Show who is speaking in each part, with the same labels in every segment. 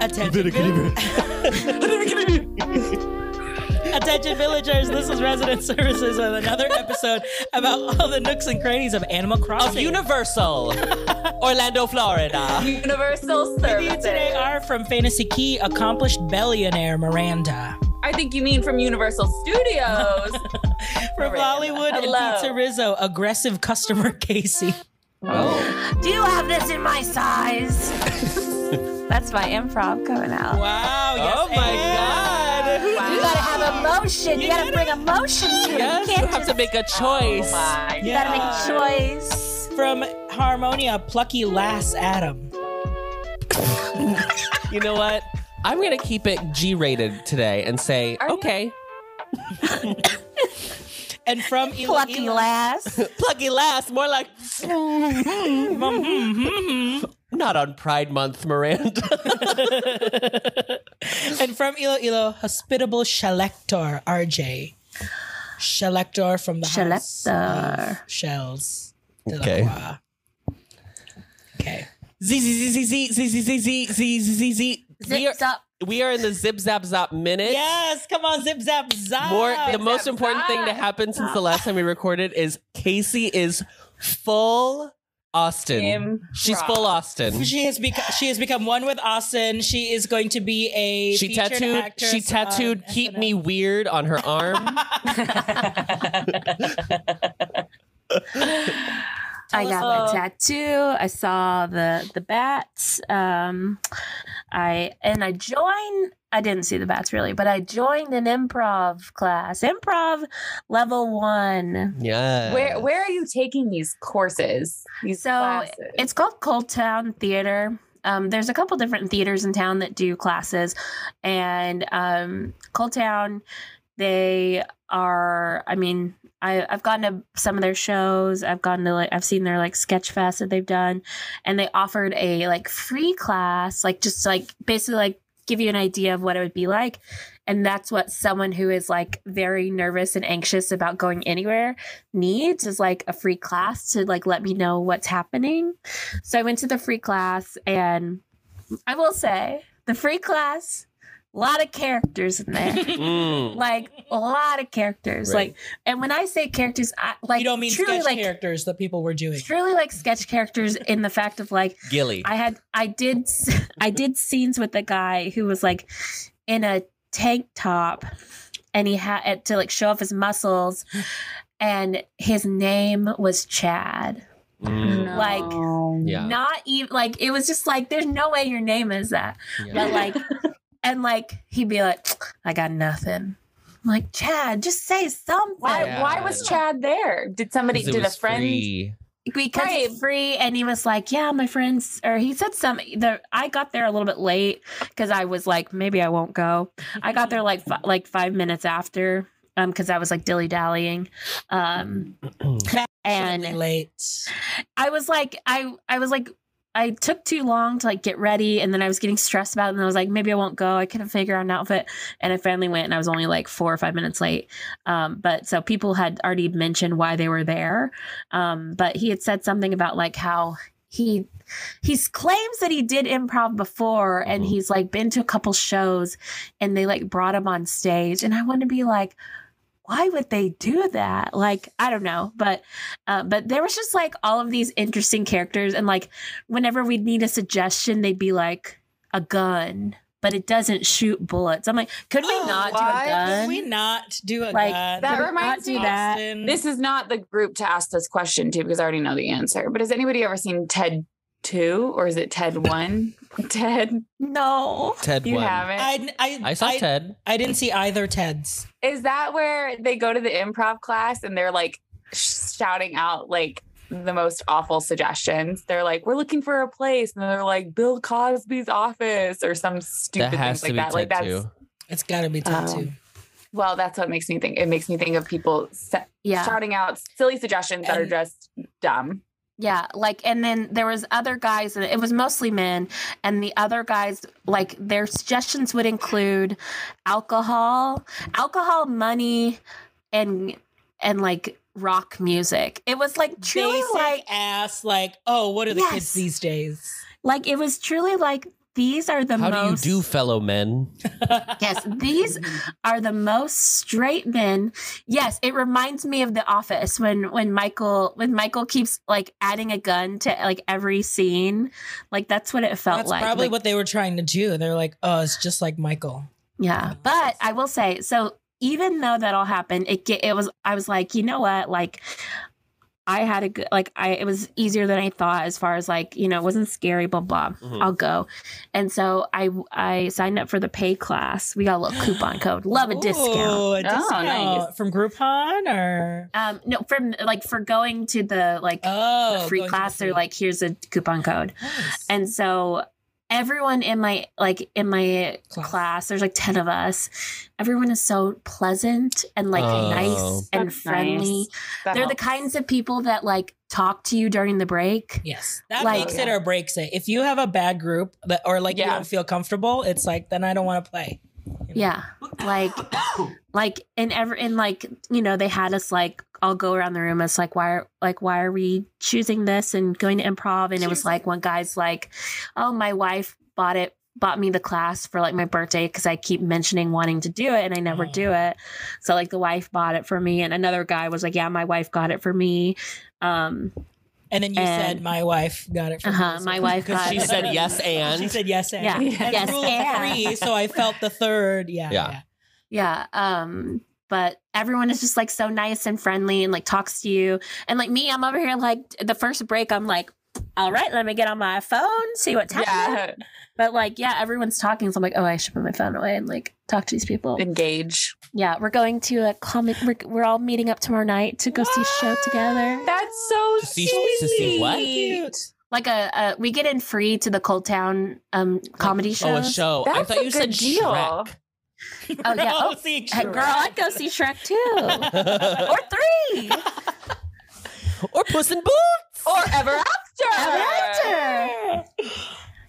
Speaker 1: Attention, vil- Attention villagers, this is Resident Services with another episode about all the nooks and crannies of Animal Crossing.
Speaker 2: Universal, Orlando, Florida.
Speaker 3: Universal
Speaker 1: With you
Speaker 3: Services.
Speaker 1: today are from Fantasy Key, accomplished billionaire Miranda.
Speaker 3: I think you mean from Universal Studios.
Speaker 1: From
Speaker 3: Miranda.
Speaker 1: Hollywood and
Speaker 3: Hello.
Speaker 1: Pizza Rizzo, aggressive customer Casey.
Speaker 2: Oh,
Speaker 4: Do you have this in my size? That's my improv coming out.
Speaker 1: Wow, yes.
Speaker 2: oh my God!
Speaker 3: Wow.
Speaker 4: You gotta have emotion. You, gotta, bring emotion to
Speaker 2: Yes,
Speaker 4: it. You
Speaker 2: you
Speaker 4: can't
Speaker 2: have
Speaker 4: just,
Speaker 2: to make a choice.
Speaker 3: My
Speaker 4: you
Speaker 1: Oh Yeah.
Speaker 4: gotta make a choice.
Speaker 1: From Harmonia, plucky lass Adam.
Speaker 2: You know what? I'm gonna keep it G-rated today and say,
Speaker 3: Are you-
Speaker 2: okay,
Speaker 1: And from Ila-
Speaker 4: Plucky
Speaker 1: Ila-
Speaker 4: lass.
Speaker 2: plucky last, more like not on Pride Month, Miranda.
Speaker 1: And from Iloilo, hospitable Shellector, RJ. Shellector from the house
Speaker 4: Shellector.
Speaker 1: of Shells.
Speaker 2: Okay.
Speaker 1: Delacroix. Okay.
Speaker 2: Z z z z z z z z z z z z. We are-
Speaker 4: Zips up.
Speaker 2: We are in the zip zap zap minute.
Speaker 1: Yes, come on, zip zap zap.
Speaker 2: More, the most
Speaker 3: zap,
Speaker 2: important thing to
Speaker 3: zap.
Speaker 2: happen since the last time we recorded is Casey is full Austin.
Speaker 3: Kim
Speaker 2: She's
Speaker 3: Rock.
Speaker 2: full Austin.
Speaker 1: she has become she has become one with Austin. She is going to be a
Speaker 2: She
Speaker 1: featured
Speaker 2: tattooed.
Speaker 1: actress
Speaker 2: She tattooed.
Speaker 1: on
Speaker 2: Keep
Speaker 1: SNL.
Speaker 2: me weird on her arm.
Speaker 4: I got
Speaker 3: us-
Speaker 4: the tattoo. I saw the the bats. Um, I and I joined. I didn't see the bats really, but I joined an improv class. Improv level one.
Speaker 2: yeah.
Speaker 3: Where where are you taking these courses? These
Speaker 4: So
Speaker 3: classes?
Speaker 4: It's called Cold Town Theater. Um, there's a couple different theaters in town that do classes, and um, Cold Town, they are. I mean, I, I've gone to some of their shows. I've gone to like I've seen their like sketch fest that they've done, and they offered a like free class, like just like basically like give you an idea of what it would be like. And that's what someone who is like very nervous and anxious about going anywhere needs is like a free class to like let me know what's happening. So I went to the free class and I will say the free class, a lot of characters in there.
Speaker 2: Mm.
Speaker 4: like a lot of characters.
Speaker 2: Right.
Speaker 4: Like and when I say characters, I like
Speaker 1: you don't mean
Speaker 4: truly
Speaker 1: sketch
Speaker 4: like
Speaker 1: characters that people were doing.
Speaker 4: truly like sketch characters in the fact of like
Speaker 2: Gilly.
Speaker 4: I had I did s- I did scenes with a guy who was like in a tank top and he had to like show off his muscles and his name was Chad.
Speaker 2: Mm.
Speaker 4: like-
Speaker 2: Yeah.
Speaker 4: Not even like it was just like there's no way your name is that.
Speaker 2: yeah.
Speaker 4: But like and like he'd be like I got nothing. I'm like Chad, just say something.
Speaker 3: why
Speaker 2: Yeah.
Speaker 3: why was Chad there? Did somebody
Speaker 2: 'Cause it
Speaker 3: did a
Speaker 2: was
Speaker 3: friend
Speaker 2: free.
Speaker 4: because
Speaker 3: Right.
Speaker 4: it's free and he was like yeah my friends or he said some the i got there a little bit late because i was like maybe i won't go i got there like fi- like five minutes after um because i was like dilly-dallying um
Speaker 1: Really
Speaker 4: and
Speaker 1: late.
Speaker 4: i was like i i was like i took too long to like get ready and then i was getting stressed about it and i was like maybe i won't go i couldn't figure out an outfit and i finally went and i was only like four or five minutes late um, but so people had already mentioned why they were there. Um, but he had said something about like how he he claims that he did improv before and
Speaker 2: Mhm.
Speaker 4: he's like been to a couple shows and they like brought him on stage and I want to be like why would they do that like i don't know but uh, but there was just like all of these interesting characters and like whenever we'd need a suggestion they'd be like a gun but it doesn't shoot bullets i'm like could we
Speaker 1: Oh,
Speaker 4: not
Speaker 3: why
Speaker 4: do a
Speaker 3: could
Speaker 4: gun
Speaker 1: Can we not do a
Speaker 4: Like,
Speaker 1: god?
Speaker 3: That
Speaker 4: Could we
Speaker 3: reminds
Speaker 4: not do
Speaker 3: me-
Speaker 4: that.
Speaker 1: Austin?
Speaker 3: This is not the group to ask this question to because I already know the answer. But has anybody ever seen Ted 2 or is it Ted 1? Ted,
Speaker 4: No.
Speaker 2: Ted
Speaker 3: you
Speaker 2: won.
Speaker 3: haven't.
Speaker 1: I, I,
Speaker 2: I saw Ted.
Speaker 1: I didn't see either Ted's.
Speaker 3: Is that where they go to the improv class and they're like sh- shouting out like the most awful suggestions? They're like, we're looking for a place. And they're like, Bill Cosby's office or some stupid
Speaker 2: That has
Speaker 3: things
Speaker 2: to be
Speaker 3: like that.
Speaker 2: Ted
Speaker 3: like, that's,
Speaker 2: too.
Speaker 1: It's got to be Ted
Speaker 3: Oh.
Speaker 1: too.
Speaker 3: well, that's what makes me think. It makes me think of people se-
Speaker 4: Yeah.
Speaker 3: shouting out silly suggestions that are
Speaker 1: And-
Speaker 3: just dumb.
Speaker 4: Yeah. Like, and then there was other guys, and it was mostly men. And the other guys, like, their suggestions would include alcohol, alcohol, money, and and like rock music. It was like truly
Speaker 1: Basic
Speaker 4: like
Speaker 1: ass, like, oh, what are the
Speaker 4: Yes.
Speaker 1: kids these days?
Speaker 4: like it was truly like these are the
Speaker 5: How
Speaker 4: most
Speaker 5: do you do, fellow men?
Speaker 4: Yes, these are the most straight men. Yes, it reminds me of The Office when when Michael when Michael keeps like adding a gun to like every scene. Like that's what it felt
Speaker 1: That's
Speaker 4: like.
Speaker 1: probably
Speaker 4: Like,
Speaker 1: what they were trying to do. They're like, oh, it's just like Michael.
Speaker 4: yeah, but I will say so. Even though that all happened, it ge- it was I was like, you know what, like. I had a good like I it was easier than I thought as far as like you know it wasn't scary blah blah
Speaker 5: Mhm.
Speaker 4: I'll go, and so I I signed up for the pay class we got a little coupon code love a discount
Speaker 1: Ooh, Oh,
Speaker 4: Oh,
Speaker 1: a
Speaker 3: nice.
Speaker 1: discount from Groupon or
Speaker 4: Um, no, from like for going to the like
Speaker 1: oh
Speaker 4: the free
Speaker 1: going to the
Speaker 4: class,
Speaker 1: free-
Speaker 4: they're like, here's a coupon code,
Speaker 1: Nice.
Speaker 4: and so everyone in my like in my
Speaker 1: Class.
Speaker 4: class, there's like ten of us. Everyone is so pleasant and like
Speaker 5: Oh.
Speaker 4: nice and
Speaker 3: That's
Speaker 4: friendly.
Speaker 3: nice. That
Speaker 4: They're the
Speaker 3: helps.
Speaker 4: kinds of people that like talk to you during the break.
Speaker 1: Yes, that
Speaker 4: Like-
Speaker 1: makes it or breaks it. If you have a bad group that, or like you
Speaker 3: Yeah.
Speaker 1: don't feel comfortable, it's like then I don't want to play.
Speaker 4: Yeah, like like and ever and like you know they had us like all go around the room. It's like why are like why are we choosing this and going to improv? And it was like one guy's like, oh my wife bought it bought me the class for like my birthday because I keep mentioning wanting to do it and I never
Speaker 1: Oh.
Speaker 4: do it. So like the wife bought it for me and another guy was like, yeah, my wife got it for me. Um,
Speaker 1: And then you
Speaker 4: And-
Speaker 1: said my wife got it. From
Speaker 4: Uh-huh,
Speaker 1: me,"
Speaker 4: my wife
Speaker 5: Because
Speaker 4: got
Speaker 5: she
Speaker 4: it.
Speaker 5: said yes and.
Speaker 1: She said yes and
Speaker 4: yeah,
Speaker 1: And
Speaker 3: Yeah.
Speaker 4: yes,
Speaker 1: the rule
Speaker 4: and.
Speaker 1: of three, so I felt the third. Yeah,
Speaker 5: Yeah.
Speaker 4: Yeah. Um, but everyone is just like so nice and friendly and like talks to you. And like me, I'm over here like the first break, I'm like, all right, let me get on my phone, see what's happening.
Speaker 3: yeah,
Speaker 4: But like, yeah, everyone's talking. So I'm like, oh, I should put my phone away and like talk to these people.
Speaker 3: engage.
Speaker 4: yeah, we're going to a comic. We're, we're all meeting up tomorrow night to go see a show together.
Speaker 3: That's so
Speaker 5: To see-
Speaker 3: sweet.
Speaker 5: to see what?
Speaker 1: Cute.
Speaker 4: Like a, a we get in free to the Cold Town um comedy show.
Speaker 5: Oh, a show. I
Speaker 3: That's
Speaker 5: thought
Speaker 3: a
Speaker 5: you
Speaker 3: good
Speaker 5: said
Speaker 3: deal.
Speaker 5: Shrek.
Speaker 4: Oh, yeah.
Speaker 1: Girl,
Speaker 4: Oh,
Speaker 1: see,
Speaker 4: Girl, I'd go see Shrek too or three.
Speaker 5: or Puss in Boots.
Speaker 3: Or ever after.
Speaker 4: Ever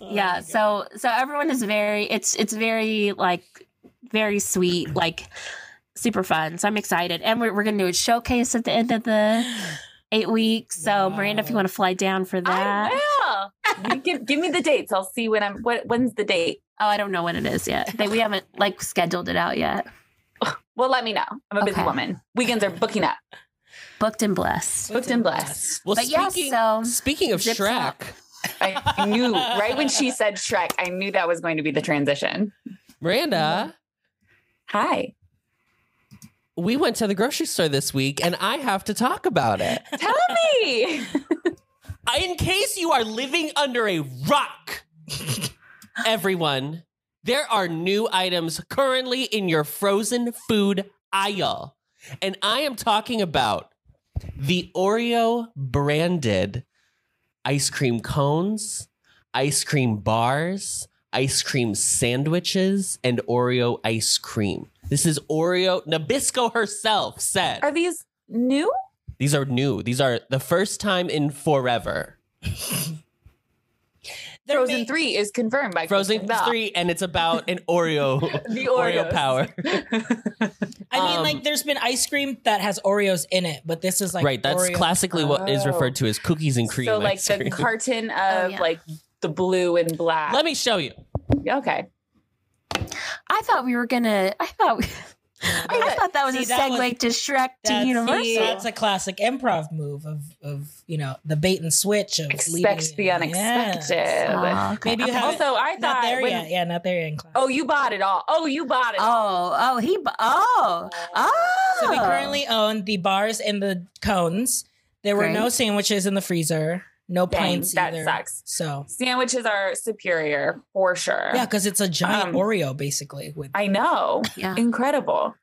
Speaker 4: yeah so so everyone is very it's it's very like very sweet like super fun so i'm excited and we're, we're gonna do a showcase at the end of the eight weeks so miranda if you
Speaker 1: Wow.
Speaker 4: want to fly down for that
Speaker 3: I will. You give, give me the dates. I'll see when I'm. What when's the date?
Speaker 4: oh i don't know when it is yet they, we haven't like scheduled it out yet
Speaker 3: Well, let me know. I'm a busy
Speaker 4: Okay.
Speaker 3: woman. Weekends are booking up.
Speaker 4: booked and blessed
Speaker 3: Booked and blessed.
Speaker 5: Well,
Speaker 4: but yeah
Speaker 5: speaking,
Speaker 4: so
Speaker 5: speaking of
Speaker 4: Zips
Speaker 5: Shrek,
Speaker 4: up.
Speaker 3: I knew right when she said Shrek, I knew that was going to be the transition.
Speaker 5: Miranda,
Speaker 3: Hi.
Speaker 5: we went to the grocery store this week and I have to talk about it.
Speaker 3: Tell me.
Speaker 5: I- In case you are living under a rock, everyone, there are new items currently in your frozen food aisle. And I am talking about the Oreo branded ice cream cones, ice cream bars, ice cream sandwiches, and Oreo ice cream. This is Oreo. Nabisco herself said
Speaker 3: Are these new?
Speaker 5: these are new. These are the first time in forever.
Speaker 1: They're
Speaker 3: Frozen
Speaker 1: ma-
Speaker 3: Three is confirmed by
Speaker 5: Frozen
Speaker 3: Kristen Bell.
Speaker 5: three, and it's about an Oreo,
Speaker 3: The
Speaker 5: Oreo
Speaker 3: Oreos.
Speaker 5: power.
Speaker 1: I mean,
Speaker 5: um,
Speaker 1: like, there's been ice cream that has Oreos in it, but this is like
Speaker 5: right, that's
Speaker 1: Oreo.
Speaker 5: classically what is referred to as cookies and cream.
Speaker 3: Oh. so like
Speaker 5: ice
Speaker 3: the
Speaker 5: cream.
Speaker 3: carton of
Speaker 4: yeah.
Speaker 3: like the blue and black.
Speaker 5: Let me show you.
Speaker 3: okay.
Speaker 4: i thought we were gonna i thought we, i thought that was
Speaker 1: See,
Speaker 4: a
Speaker 1: that
Speaker 4: segue
Speaker 1: was-
Speaker 4: to shrek to
Speaker 1: That's-
Speaker 4: universal
Speaker 1: That's a classic improv move of of you know the bait and switch of
Speaker 3: Expect the
Speaker 1: leading-
Speaker 3: unexpected.
Speaker 1: Yes.
Speaker 4: Oh, okay.
Speaker 1: Maybe you haven't.
Speaker 3: Also, I
Speaker 1: not
Speaker 3: thought
Speaker 1: there
Speaker 3: when-
Speaker 1: yet. Yeah, not there yet in class.
Speaker 3: Oh, you bought it all. Oh, you bought it. all.
Speaker 4: oh oh he bu- oh oh
Speaker 1: So we currently own the bars and the cones. There were
Speaker 4: Great.
Speaker 1: no sandwiches in the freezer. No
Speaker 3: Dang,
Speaker 1: pints
Speaker 3: that
Speaker 1: either.
Speaker 3: sucks.
Speaker 1: So
Speaker 3: Sandwiches are superior for sure.
Speaker 1: yeah, because it's a giant
Speaker 3: Um,
Speaker 1: Oreo basically. With
Speaker 3: I know.
Speaker 4: oh, yeah
Speaker 3: Incredible.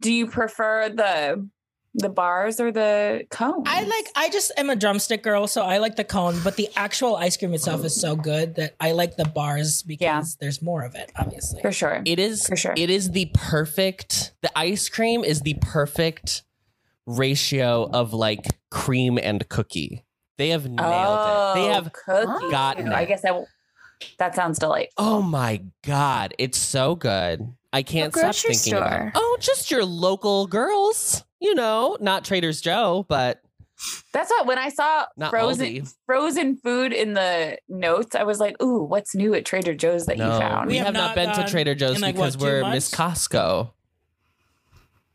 Speaker 3: Do you prefer the the bars or the cones?
Speaker 1: I like. I just am a drumstick girl, so I like the cone. But the actual ice cream itself is so good that I like the bars because there's more of it. Obviously,
Speaker 3: for sure.
Speaker 5: It is
Speaker 3: For sure.
Speaker 5: it is the perfect the ice cream is the perfect ratio of like cream and cookie. They have nailed it.
Speaker 3: Oh.
Speaker 5: They have
Speaker 3: cookies.
Speaker 5: gotten
Speaker 3: I
Speaker 5: it.
Speaker 3: guess I. will- That sounds delightful.
Speaker 5: Oh my god, it's so good. I can't stop
Speaker 4: grocery
Speaker 5: thinking about.
Speaker 4: store?
Speaker 5: it. Oh, just your local girls, you know, not Trader's Joe, but
Speaker 3: That's what when I saw
Speaker 5: Not
Speaker 3: frozen
Speaker 5: Aldi.
Speaker 3: frozen food in the notes, I was like, "Ooh, what's new at Trader Joe's that you
Speaker 5: No,
Speaker 3: found?"
Speaker 5: we, have not been to
Speaker 1: gone
Speaker 5: Trader Joe's
Speaker 1: in, like,
Speaker 5: because
Speaker 1: what, two
Speaker 5: we're
Speaker 1: months?
Speaker 5: Miss Costco.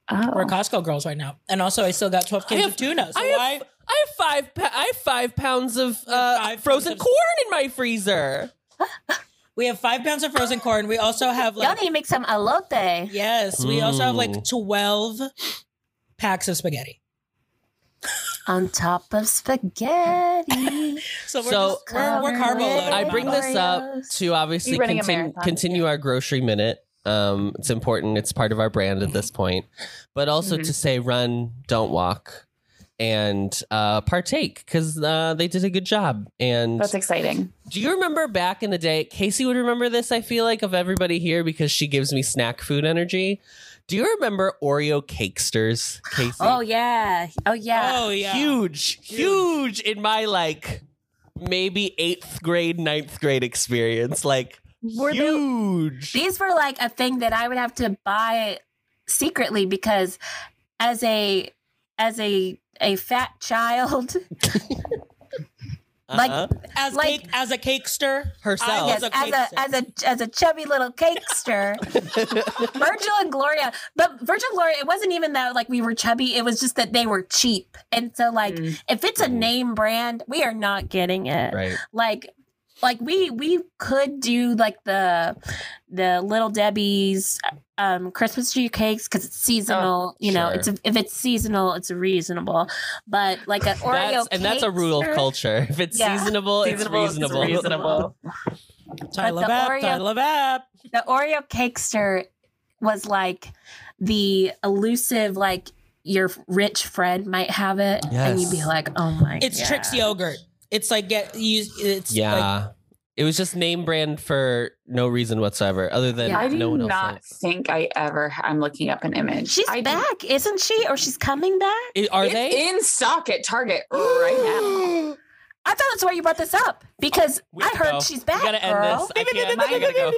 Speaker 3: Oh.
Speaker 1: We're Costco girls right now, and also I still got twelve
Speaker 5: I
Speaker 1: cans
Speaker 5: have-
Speaker 1: of tuna. So
Speaker 5: I
Speaker 1: why?
Speaker 5: have, I have five. Pa- I have five pounds of uh,
Speaker 1: five
Speaker 5: frozen
Speaker 1: pounds of-
Speaker 5: corn in my freezer.
Speaker 1: We have five pounds of frozen corn. We also have
Speaker 4: Y'all
Speaker 1: like
Speaker 4: need to make some elote.
Speaker 1: yes, we also have like
Speaker 5: Mm.
Speaker 1: twelve packs of spaghetti.
Speaker 4: on top of spaghetti.
Speaker 1: So we're
Speaker 5: So- um,
Speaker 1: just, we're, we're carbo
Speaker 4: Covered
Speaker 1: loaded.
Speaker 5: I bring this up
Speaker 4: Oreos.
Speaker 5: to obviously
Speaker 3: You're running a
Speaker 5: continue,
Speaker 3: marathon.
Speaker 5: continue our grocery minute. Um, it's important. It's part of our brand at this point, but also
Speaker 1: Mm-hmm.
Speaker 3: Mhm.
Speaker 5: to say run, don't walk, and uh, partake because uh, they did a good job. And
Speaker 3: That's exciting.
Speaker 5: do you remember back in the day? Casey would remember this. I feel like of everybody here because she gives me snack food energy. Do you remember Oreo cakesters, Casey?
Speaker 4: Oh yeah. Oh yeah.
Speaker 1: Oh yeah,
Speaker 5: huge, huge in my like maybe eighth grade, ninth grade experience. Like
Speaker 1: Oh,
Speaker 4: Were they-
Speaker 5: huge.
Speaker 4: These were like a thing that I would have to buy secretly because as a as a a fat child, like
Speaker 5: Uh-uh.
Speaker 1: as
Speaker 4: like-
Speaker 1: cake as a cakester.
Speaker 5: herself.
Speaker 1: I
Speaker 4: yes,
Speaker 1: was a
Speaker 4: as a as a as a chubby little cakester, Virgil and Gloria. But Virgil and Gloria, it wasn't even that like we were chubby. It was just that they were cheap, and so like
Speaker 3: Mm.
Speaker 4: if it's a name brand, we are not getting it.
Speaker 5: right.
Speaker 4: like like we we could do like the the little debbie's um christmas tree cakes because it's seasonal you know
Speaker 5: Oh, sure.
Speaker 4: it's if it's seasonal it's reasonable but like an oreo
Speaker 5: That's, and that's a rule of
Speaker 4: cakester-
Speaker 5: culture. If it's
Speaker 4: Yeah.
Speaker 5: seasonable,
Speaker 3: Seasonable
Speaker 5: it's
Speaker 3: is
Speaker 5: reasonable.
Speaker 3: reasonable.
Speaker 1: Title of
Speaker 4: the
Speaker 1: app,
Speaker 4: Oreo-
Speaker 1: title of app.
Speaker 4: the oreo cakester was like the elusive like your rich friend might have it and you'd be
Speaker 5: Yes.
Speaker 4: like oh my
Speaker 1: It's
Speaker 4: God.
Speaker 1: Trix yogurt. It's like get you. It's like
Speaker 5: yeah. it was just name brand for no reason whatsoever, other than
Speaker 4: Yeah.
Speaker 3: I do
Speaker 5: no one else.
Speaker 3: not
Speaker 5: likes.
Speaker 3: think I ever. I'm looking up an image.
Speaker 4: she's
Speaker 3: I do-
Speaker 4: back isn't she or she's coming back
Speaker 5: I- Are
Speaker 3: It's
Speaker 5: they?
Speaker 3: in stock at Target right now?
Speaker 4: i thought that's why you brought this up because
Speaker 5: Oh, We
Speaker 4: i
Speaker 5: have to
Speaker 4: heard
Speaker 5: go.
Speaker 4: she's back
Speaker 5: We gotta end
Speaker 4: girl.
Speaker 5: this. I can't. I gotta go.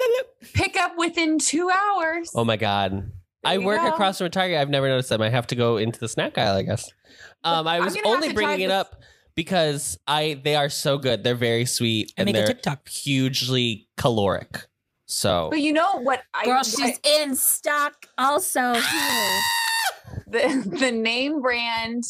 Speaker 3: Pick up within two hours.
Speaker 5: Oh my god. I
Speaker 3: you
Speaker 5: work
Speaker 3: go.
Speaker 5: across from a Target. I've never noticed them. I have to go into the snack aisle, I guess. Um, I
Speaker 3: I'm
Speaker 5: was
Speaker 3: gonna have
Speaker 5: only
Speaker 3: to
Speaker 5: bringing
Speaker 3: try
Speaker 5: it
Speaker 3: this-
Speaker 5: up because I they are so good. They're very sweet
Speaker 1: I
Speaker 5: and
Speaker 1: make a
Speaker 5: they're
Speaker 1: TikTok.
Speaker 5: hugely caloric. So
Speaker 3: But you know what? I,
Speaker 4: Girl,
Speaker 3: I-
Speaker 4: she's in stock also here.
Speaker 3: the, the name brand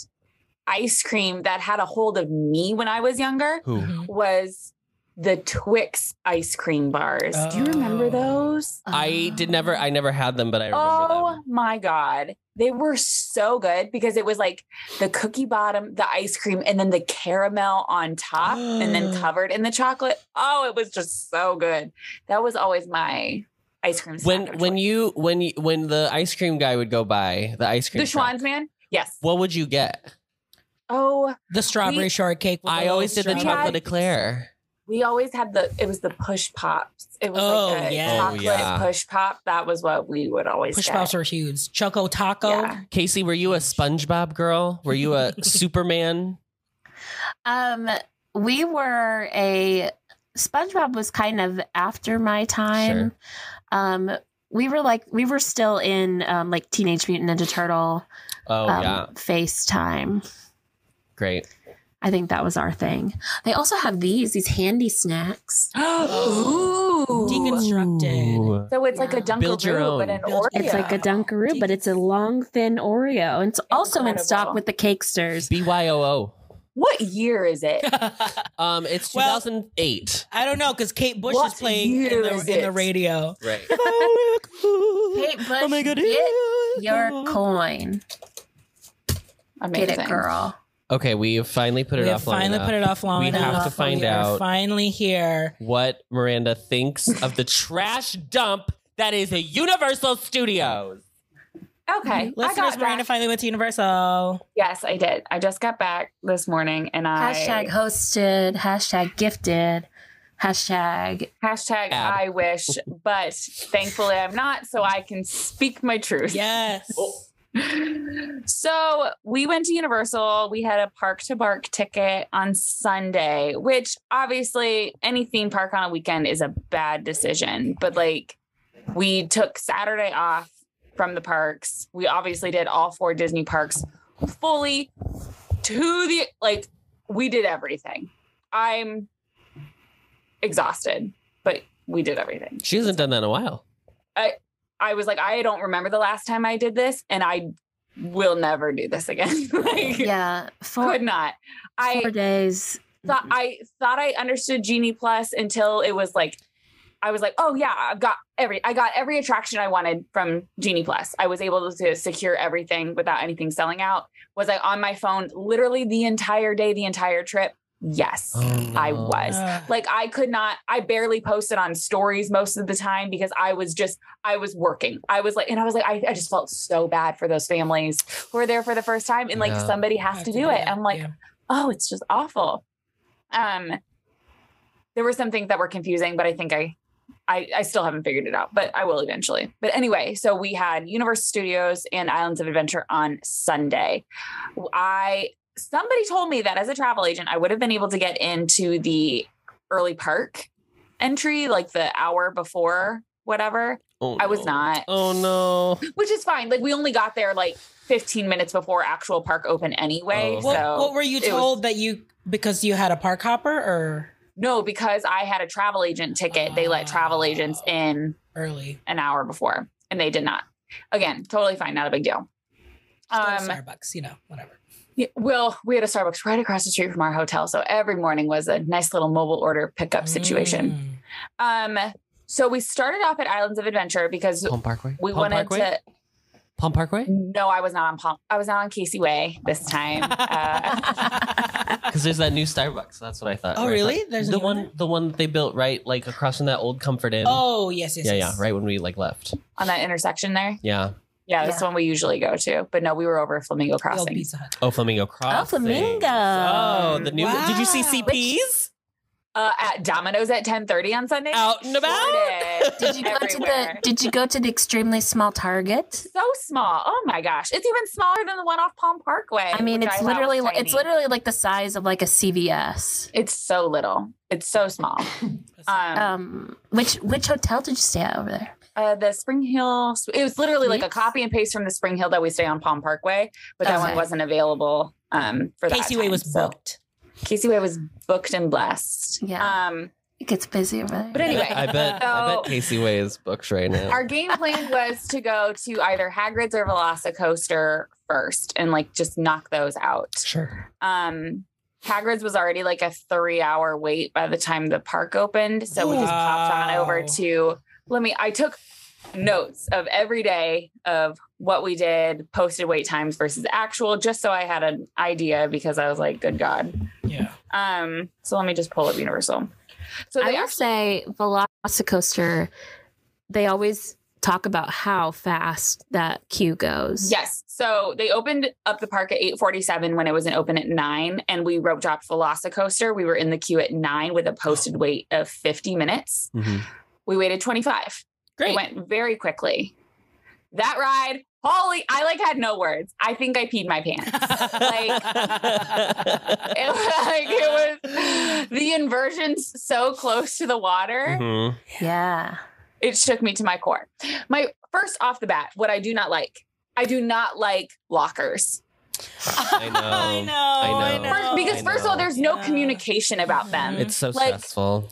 Speaker 3: ice cream that had a hold of me when I was younger
Speaker 5: who?
Speaker 1: Mhm.
Speaker 3: was the Twix ice cream bars. Do you remember
Speaker 1: Oh.
Speaker 3: those?
Speaker 5: I did never I never had them, but I remember
Speaker 3: Oh
Speaker 5: them.
Speaker 3: my God. They were so good because it was like the cookie bottom, the ice cream, and then the caramel on top, and then covered in the chocolate. Oh, it was just so good. That was always my ice cream. snack
Speaker 5: When
Speaker 3: of
Speaker 5: when
Speaker 3: choice.
Speaker 5: you when you when the ice cream guy would go by, the ice cream
Speaker 3: the
Speaker 5: truck,
Speaker 3: Schwann's man, yes.
Speaker 5: what would you get?
Speaker 3: Oh,
Speaker 1: The strawberry
Speaker 3: We-
Speaker 1: shortcake. with
Speaker 5: I
Speaker 1: little
Speaker 5: always did the
Speaker 3: We
Speaker 1: strawberry.
Speaker 5: chocolate
Speaker 3: had-
Speaker 5: eclair.
Speaker 3: we always had the it was the push pops. It was
Speaker 1: Oh,
Speaker 3: like a
Speaker 1: yeah. Oh,
Speaker 3: chocolate
Speaker 5: yeah.
Speaker 3: push pop. That was what we would always
Speaker 1: Push
Speaker 3: get.
Speaker 1: pops are huge. Choco taco.
Speaker 3: Yeah.
Speaker 5: Casey, were you a SpongeBob girl? Were you a Superman?
Speaker 4: Um, we were a SpongeBob was kind of after my time. Um, we were like we were still in um like Teenage Mutant Ninja Turtle
Speaker 5: Oh
Speaker 4: um,
Speaker 5: yeah,
Speaker 4: face time.
Speaker 5: great.
Speaker 4: I think that was our thing. They also have these these handy snacks.
Speaker 3: Ooh.
Speaker 1: Deconstructed.
Speaker 3: So it's like
Speaker 4: Yeah.
Speaker 3: a Dunkaroo,
Speaker 5: Build your own.
Speaker 3: but an
Speaker 1: Build-
Speaker 3: Oreo.
Speaker 4: It's like a Dunkaroo, but it's a long thin Oreo. And it's also in stock
Speaker 3: Incredible.
Speaker 4: with the Cakesters.
Speaker 5: BYOO.
Speaker 3: What year is it?
Speaker 5: Um, it's
Speaker 1: Well-
Speaker 5: 2008.
Speaker 1: I don't know because Kate Bush
Speaker 3: What
Speaker 1: is playing in
Speaker 3: year
Speaker 1: the,
Speaker 3: is
Speaker 1: in the
Speaker 3: it?
Speaker 1: radio.
Speaker 5: Right.
Speaker 4: Kate Bush,
Speaker 5: Oh
Speaker 4: get your coin.
Speaker 3: Amazing.
Speaker 4: Get it, girl.
Speaker 5: Okay, we have finally put it
Speaker 1: we
Speaker 5: offline.
Speaker 1: have finally
Speaker 5: enough.
Speaker 1: put it offline.
Speaker 5: We
Speaker 1: enough.
Speaker 5: have to find
Speaker 1: We are
Speaker 5: out
Speaker 1: Finally here.
Speaker 5: what Miranda thinks of the trash dump that is a Universal Studios.
Speaker 3: Okay. I
Speaker 1: Listeners,
Speaker 3: got
Speaker 1: Miranda
Speaker 3: back.
Speaker 1: finally went Mm-hmm. to Universal.
Speaker 3: Yes, I did. I just got back this morning and I
Speaker 4: Hashtag hosted, hashtag gifted, hashtag
Speaker 3: hashtag
Speaker 5: Ad.
Speaker 3: I wish, but thankfully I'm not, so I can speak my truth.
Speaker 1: Yes.
Speaker 3: Oh.
Speaker 1: Uh,
Speaker 3: So we went to Universal. We had a park to bark ticket on Sunday, which obviously any theme park on a weekend is a bad decision. But like we took Saturday off from the parks. We obviously did all four Disney parks fully to the like we did everything. I'm exhausted, but we did everything.
Speaker 5: She hasn't done that in a while.
Speaker 3: I was like, I don't remember the last time I did this, and I will never do this again. like,
Speaker 4: yeah, four,
Speaker 3: could not. I
Speaker 4: four days.
Speaker 3: thought I thought I understood Genie Plus until it was like I was like, oh yeah, I've got every I got every attraction I wanted from Genie Plus. I was able to secure everything without anything selling out. Was I on my phone literally the entire day, the entire trip? Yes. I was.
Speaker 1: Uh,
Speaker 3: Like I could not, I barely posted on stories most of the time because I was just, I was working. I was like, and I was like, I, I just felt so bad for those families who are there for the first time and like
Speaker 5: Yeah.
Speaker 3: somebody has to do it. I'm like,
Speaker 1: yeah.
Speaker 3: oh, it's just awful. Um, there were some things that were confusing, but I think I, I, I still haven't figured it out, but I will eventually. But anyway, so we had Universal Studios and Islands of Adventure on Sunday. I somebody told me that as a travel agent, I would have been able to get into the early park entry, like the hour before whatever.
Speaker 5: Oh,
Speaker 3: I was
Speaker 5: no.
Speaker 3: not
Speaker 5: Oh no.
Speaker 3: which is fine. Like we only got there like 15 minutes before actual park open anyway.
Speaker 5: Oh.
Speaker 3: So
Speaker 1: what, what were you
Speaker 3: it was-
Speaker 1: told that you because you had a park hopper or
Speaker 3: no, because I had a travel agent ticket, they let travel agents
Speaker 1: Ah.
Speaker 3: in
Speaker 1: early?
Speaker 3: an hour before, and they did not. Again, totally fine, not a big deal.
Speaker 1: Just go to
Speaker 3: Um,
Speaker 1: Starbucks, you know, whatever.
Speaker 3: yeah, well, we had a Starbucks right across the street from our hotel, so every morning was a nice little mobile order pickup situation.
Speaker 1: Mm.
Speaker 3: Um, so we started off at Islands of Adventure because
Speaker 5: Palm Parkway.
Speaker 3: we
Speaker 5: Palm
Speaker 3: wanted
Speaker 5: Parkway?
Speaker 3: to.
Speaker 5: Palm Parkway?
Speaker 3: No, I was not on Palm. I was not on Casey Way this time. Uh,
Speaker 5: Because there's that new Starbucks. That's what I thought.
Speaker 1: Oh,
Speaker 5: where I
Speaker 1: really?
Speaker 5: thought-
Speaker 1: There's a
Speaker 5: the
Speaker 1: new one
Speaker 5: one, the one that they built right, like across from that old Comfort Inn.
Speaker 1: Oh yes, yes,
Speaker 5: yeah, yeah.
Speaker 1: yes.
Speaker 5: Right when we like left.
Speaker 3: on that intersection there.
Speaker 5: Yeah.
Speaker 3: Yeah, that's the one we usually go to. But no, we were over at Flamingo
Speaker 1: The old
Speaker 3: Crossing.
Speaker 1: Pizza Hut.
Speaker 5: Oh, Flamingo Cross.
Speaker 4: Flamingo.
Speaker 5: Oh, the new.
Speaker 1: Wow.
Speaker 5: Did you see CPs
Speaker 3: Uh, at Domino's at 10:30 on Sunday.
Speaker 5: out and about?
Speaker 3: Sure did.
Speaker 4: Did you go to
Speaker 3: Everywhere.
Speaker 4: the? Did you go to the extremely small Target?
Speaker 3: So small. Oh my gosh, it's even smaller than the one off Palm Parkway.
Speaker 4: I mean,
Speaker 3: which
Speaker 4: it's
Speaker 3: thought was
Speaker 4: literally li- it's
Speaker 3: tiny.
Speaker 4: literally like the size of like a CVS.
Speaker 3: it's so little. It's so small. Um,
Speaker 4: Um, which which hotel did you stay at over there?
Speaker 3: uh, the Spring Hill. It was literally like a
Speaker 4: Yes.
Speaker 3: copy and paste from the Spring Hill that we stay on Palm Parkway, but that one
Speaker 4: Okay.
Speaker 3: wasn't available. Um, for that
Speaker 1: Casey Way
Speaker 3: time.
Speaker 1: was
Speaker 3: So
Speaker 1: booked.
Speaker 3: Casey Way was booked and blessed.
Speaker 4: Yeah.
Speaker 3: Um,
Speaker 4: It gets busy over there.
Speaker 3: but anyway,
Speaker 5: I bet. I bet
Speaker 3: So-
Speaker 5: Casey Way is booked right now.
Speaker 3: Our game plan was to go to either Hagrid's or Velocicoaster first and like just knock those out.
Speaker 1: Sure.
Speaker 3: Um Hagrid's was already like a three hour wait by the time the park opened. So we just popped on
Speaker 1: Wow.
Speaker 3: over to let me I took notes of every day of what we did, posted wait times versus actual, just so I had an idea because I was like, good God.
Speaker 1: Yeah.
Speaker 3: Um, so let me just pull up Universal. So they
Speaker 4: I will
Speaker 3: actually
Speaker 4: say Velocicoaster, they always talk about how fast that queue goes.
Speaker 3: Yes. So they opened up the park at 8:47 when it wasn't open at 9 and we rope dropped Velocicoaster. We were in the queue at 9 with a posted wait of 50 minutes.
Speaker 5: Mhm.
Speaker 3: We waited 25. It
Speaker 1: Great.
Speaker 3: went very quickly. That ride, holy, I like had no words. I think I peed my pants. like it, like it was the inversions so close to the water
Speaker 5: Mhm.
Speaker 4: Yeah.
Speaker 3: it shook me to my core. My first off the bat, what I do not like, I do not like lockers.
Speaker 5: I know.
Speaker 1: I know.
Speaker 5: I know.
Speaker 3: First- because
Speaker 5: I
Speaker 3: first of all,
Speaker 5: know. Mm-hmm.
Speaker 3: there's no
Speaker 1: Oh, Yeah.
Speaker 3: communication about them.
Speaker 1: Mhm.
Speaker 5: It's so
Speaker 3: Like-
Speaker 5: stressful.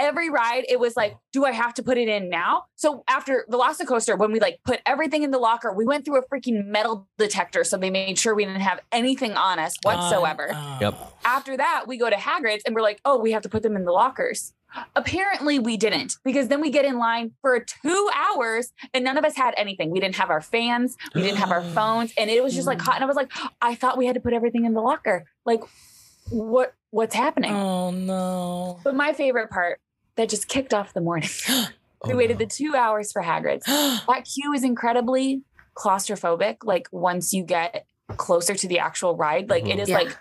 Speaker 3: Every ride, it was like, do I have to put it in now? So after Velocicoaster, when we like put everything in the locker, we went through a freaking metal detector, so they made sure we didn't have anything on us whatsoever.
Speaker 1: Um,
Speaker 5: Yep.
Speaker 3: after that, we go to Hagrid's and we're like, oh, we have to put them in the lockers. Apparently, we didn't because then we get in line for two hours and none of us had anything. We didn't have our fans, we didn't have our phones, and it was just like hot. And I was like, I thought we had to put everything in the locker. Like, what what's happening?
Speaker 1: Oh no.
Speaker 3: But my favorite part that just kicked off the morning. we
Speaker 5: Oh,
Speaker 3: waited
Speaker 5: no.
Speaker 3: the two hours for Hagrid's. That queue is incredibly claustrophobic. Like once you get closer to the actual ride, like it is
Speaker 4: Yeah.
Speaker 3: like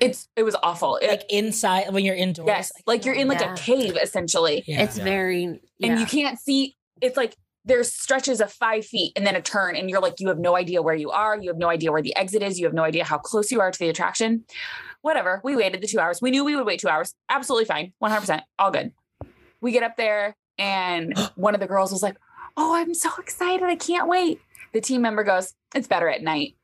Speaker 3: it's it was awful. It,
Speaker 1: like inside when you're indoors.
Speaker 3: Yes, like you're in like
Speaker 4: Yeah.
Speaker 3: a cave essentially,
Speaker 1: Yeah.
Speaker 4: It's very
Speaker 3: and you can't see. It's like there's stretches of five feet and then a turn, and you're like you have no idea where you are, you have no idea where the exit is, you have no idea how close you are to the attraction. Whatever, we waited the two hours. We knew we would wait two hours. Absolutely fine, 100, percent all good. We get up there, and one of the girls was like, "Oh, I'm so excited! I can't wait." The team member goes, "It's better at night."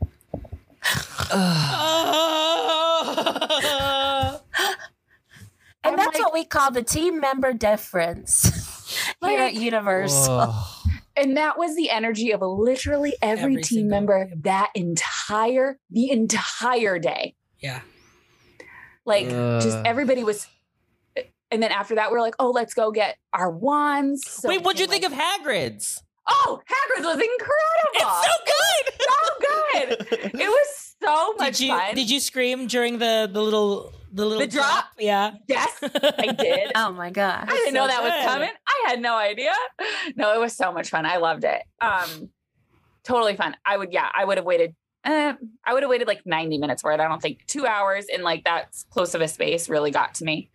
Speaker 5: Ah.
Speaker 4: And
Speaker 3: I'm
Speaker 4: that's
Speaker 3: like-
Speaker 4: what we call the team member difference here
Speaker 3: Like-
Speaker 4: at Universal.
Speaker 5: Oh.
Speaker 3: And that was the energy of literally every,
Speaker 1: Every
Speaker 3: team
Speaker 1: single
Speaker 3: member
Speaker 1: team.
Speaker 3: that entire the entire day.
Speaker 1: Yeah.
Speaker 3: Like just
Speaker 5: Ugh.
Speaker 3: everybody was and then after that we are like, "Oh, let's go get our wands." So
Speaker 5: Wait,
Speaker 3: we
Speaker 5: what'd you
Speaker 3: can,
Speaker 5: think of
Speaker 3: like-
Speaker 5: Hagrid's?
Speaker 3: Oh, Hagrid was incredible.
Speaker 5: It's so
Speaker 3: so good.
Speaker 5: good.
Speaker 3: It was so much
Speaker 1: Did you
Speaker 3: fun.
Speaker 1: did you scream during the the little the little
Speaker 3: The drop?
Speaker 1: Yeah.
Speaker 3: yes, I did.
Speaker 4: Oh my god.
Speaker 3: I didn't know
Speaker 1: so
Speaker 3: that was
Speaker 1: good.
Speaker 3: coming. I had no idea. No, it was so much fun. I loved it. Um, totally fun. I would, yeah, I would have waited. Uh, I would have waited like 90 minutes for it. I don't think two hours in like that close of a space really got to me.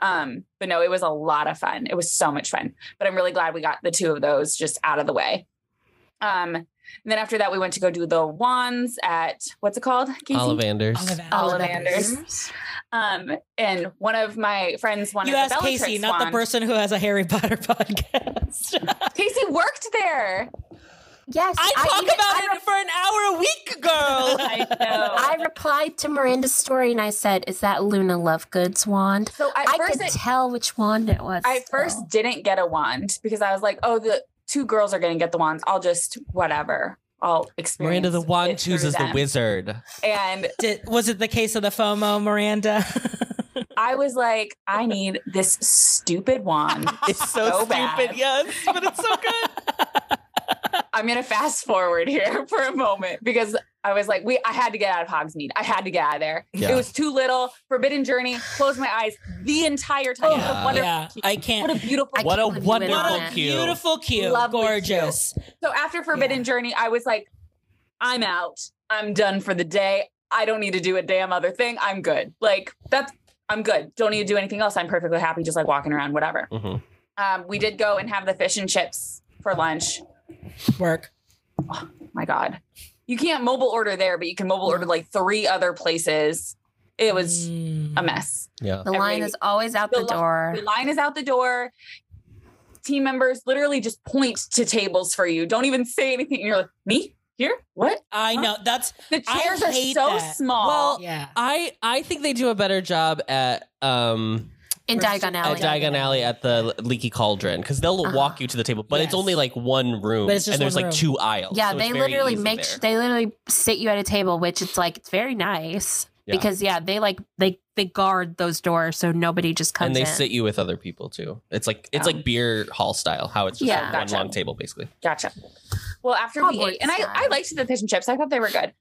Speaker 3: Um, but no, it was a lot of fun. It was so much fun. But I'm really glad we got the two of those just out of the way. Um, and then after that, we went to go do the wands at what's it called? Casey?
Speaker 5: Olivanders.
Speaker 1: Ollivan-
Speaker 3: Ollivanders. Um, and one of my friends wanted
Speaker 1: You
Speaker 3: the
Speaker 1: asked
Speaker 3: Bellatrix
Speaker 1: Casey, not the
Speaker 3: wand.
Speaker 1: person who has a Harry Potter podcast.
Speaker 3: Casey worked there.
Speaker 4: Yes,
Speaker 5: I talk
Speaker 4: even-
Speaker 5: about
Speaker 4: I
Speaker 5: it for an hour a week, girl.
Speaker 3: I know.
Speaker 4: I replied to Miranda's story and I said, "Is that Luna Lovegood's wand?"
Speaker 3: so at
Speaker 4: I
Speaker 3: first,
Speaker 4: could
Speaker 3: it,
Speaker 4: tell which wand it was.
Speaker 3: I first didn't get a wand because I was like, oh, the two girls are going to get the wands. I'll just whatever. I'll experience.
Speaker 5: Miranda the
Speaker 3: it
Speaker 5: wand
Speaker 3: through
Speaker 5: chooses the
Speaker 3: them."
Speaker 5: wizard.
Speaker 3: and
Speaker 1: Did, was it the case of the FOMO, Miranda?
Speaker 3: I was like, I need this stupid wand.
Speaker 5: It's so,
Speaker 3: So
Speaker 5: stupid,
Speaker 3: bad.
Speaker 5: yes, but it's so good.
Speaker 3: I'm gonna fast forward here for a moment because I was like, we I had to get out of Hogsmeade. I had to get out of there.
Speaker 5: Yeah.
Speaker 3: It was too little. Forbidden Journey. Closed my eyes the entire time.
Speaker 5: Yeah.
Speaker 3: Oh, What, a,
Speaker 1: yeah, I
Speaker 3: what
Speaker 1: can't.
Speaker 3: a beautiful
Speaker 4: I
Speaker 5: What a
Speaker 4: can't believe you went
Speaker 5: wonderful
Speaker 4: on
Speaker 1: What
Speaker 4: that.
Speaker 1: a
Speaker 5: cute.
Speaker 1: beautiful cue.
Speaker 3: Lovely
Speaker 1: Gorgeous.
Speaker 3: So after Forbidden
Speaker 1: Yeah.
Speaker 3: Journey, I was like, I'm out. I'm done for the day. I don't need to do a damn other thing. I'm good. Like that's I'm good. Don't need to do anything else. I'm perfectly happy just like walking around, whatever.
Speaker 5: Mhm.
Speaker 3: Um, we did go and have the fish and chips for lunch.
Speaker 1: Work.
Speaker 3: My God. You can't mobile order there, but you can mobile order like three other places. It was
Speaker 1: Mm.
Speaker 3: a mess.
Speaker 5: Yeah.
Speaker 4: The line
Speaker 3: every-
Speaker 4: is always out
Speaker 3: the
Speaker 4: the,
Speaker 3: li-
Speaker 4: door.
Speaker 3: The line is out the door. Team members literally just point to tables for you. Don't even say anything. And you're like, me? Here? What?
Speaker 1: I
Speaker 3: Huh?
Speaker 1: know. That's
Speaker 3: The
Speaker 1: I
Speaker 3: chairs are
Speaker 1: hate
Speaker 3: so
Speaker 1: that.
Speaker 3: small.
Speaker 1: yeah.
Speaker 5: I I think they do a better job at um
Speaker 4: in
Speaker 1: First-
Speaker 4: Diagon
Speaker 5: at
Speaker 4: Alley.
Speaker 5: Diagon Alley at the Leaky Cauldron because they'll
Speaker 4: Uh-huh.
Speaker 5: walk you to the table, but it's
Speaker 1: Yes.
Speaker 5: only like one room,
Speaker 1: But it's just
Speaker 5: and there's
Speaker 1: one
Speaker 5: like
Speaker 1: room.
Speaker 5: two aisles.
Speaker 4: yeah,
Speaker 5: so it's
Speaker 4: they
Speaker 5: very
Speaker 4: literally
Speaker 5: easy
Speaker 4: make
Speaker 5: there.
Speaker 4: sh- they literally sit you at a table, which it's like it's very nice
Speaker 5: Yeah.
Speaker 4: because yeah, they like they they guard those doors so nobody just comes
Speaker 5: and they
Speaker 4: in.
Speaker 5: sit you with other people too. It's like it's
Speaker 3: Um,
Speaker 5: like beer hall style, how it's just
Speaker 4: Oh. Yeah.
Speaker 5: like
Speaker 3: Gotcha.
Speaker 5: one long table basically.
Speaker 3: Gotcha. Well, after we
Speaker 4: Hogwarts
Speaker 3: ate, and I,
Speaker 4: style.
Speaker 3: I liked the fish and chips. I thought they were good.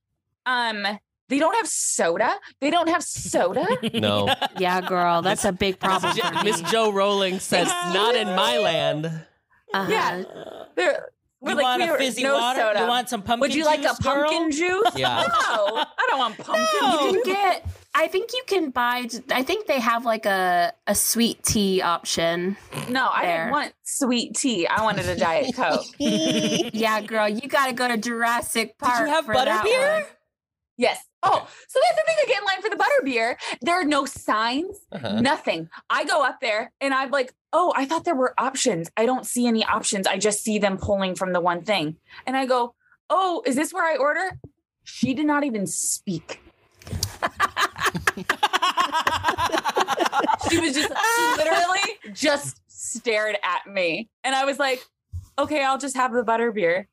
Speaker 3: Um, they don't have soda. They don't have soda.
Speaker 5: No.
Speaker 4: yeah, girl, that's a big problem.
Speaker 5: Miss Jo-
Speaker 4: for
Speaker 5: Miss
Speaker 4: me.
Speaker 5: Joe Rowling says,
Speaker 1: Yeah.
Speaker 5: "Not in my land."
Speaker 4: Uh-huh.
Speaker 3: Yeah. They're
Speaker 1: We
Speaker 3: we're like,
Speaker 1: want
Speaker 3: we
Speaker 1: a
Speaker 3: were-
Speaker 1: fizzy
Speaker 3: no
Speaker 1: water.
Speaker 3: soda.
Speaker 1: You want some pumpkin
Speaker 3: Would you like a
Speaker 1: juice, girl?
Speaker 3: pumpkin juice?
Speaker 5: Yeah.
Speaker 3: No, I don't want pumpkin
Speaker 1: No.
Speaker 4: You
Speaker 3: juice.
Speaker 4: can get. I think you can buy. I think they have like a a sweet tea option.
Speaker 3: No, I
Speaker 4: There.
Speaker 3: didn't want sweet tea. I wanted a diet coke.
Speaker 4: Yeah, girl, you got to go to Jurassic Park.
Speaker 5: have
Speaker 4: for that
Speaker 5: butterbeer?
Speaker 4: one.
Speaker 3: Yes. Oh, so that's the thing. I get in line for the butter beer. There are no signs,
Speaker 5: Uh-huh.
Speaker 3: nothing. I go up there and I'm like, oh, I thought there were options. I don't see any options. I just see them pulling from the one thing. And I go, oh, is this where I order? She did not even speak. She was just, she literally just stared at me. And I was like, okay, I'll just have the butter beer.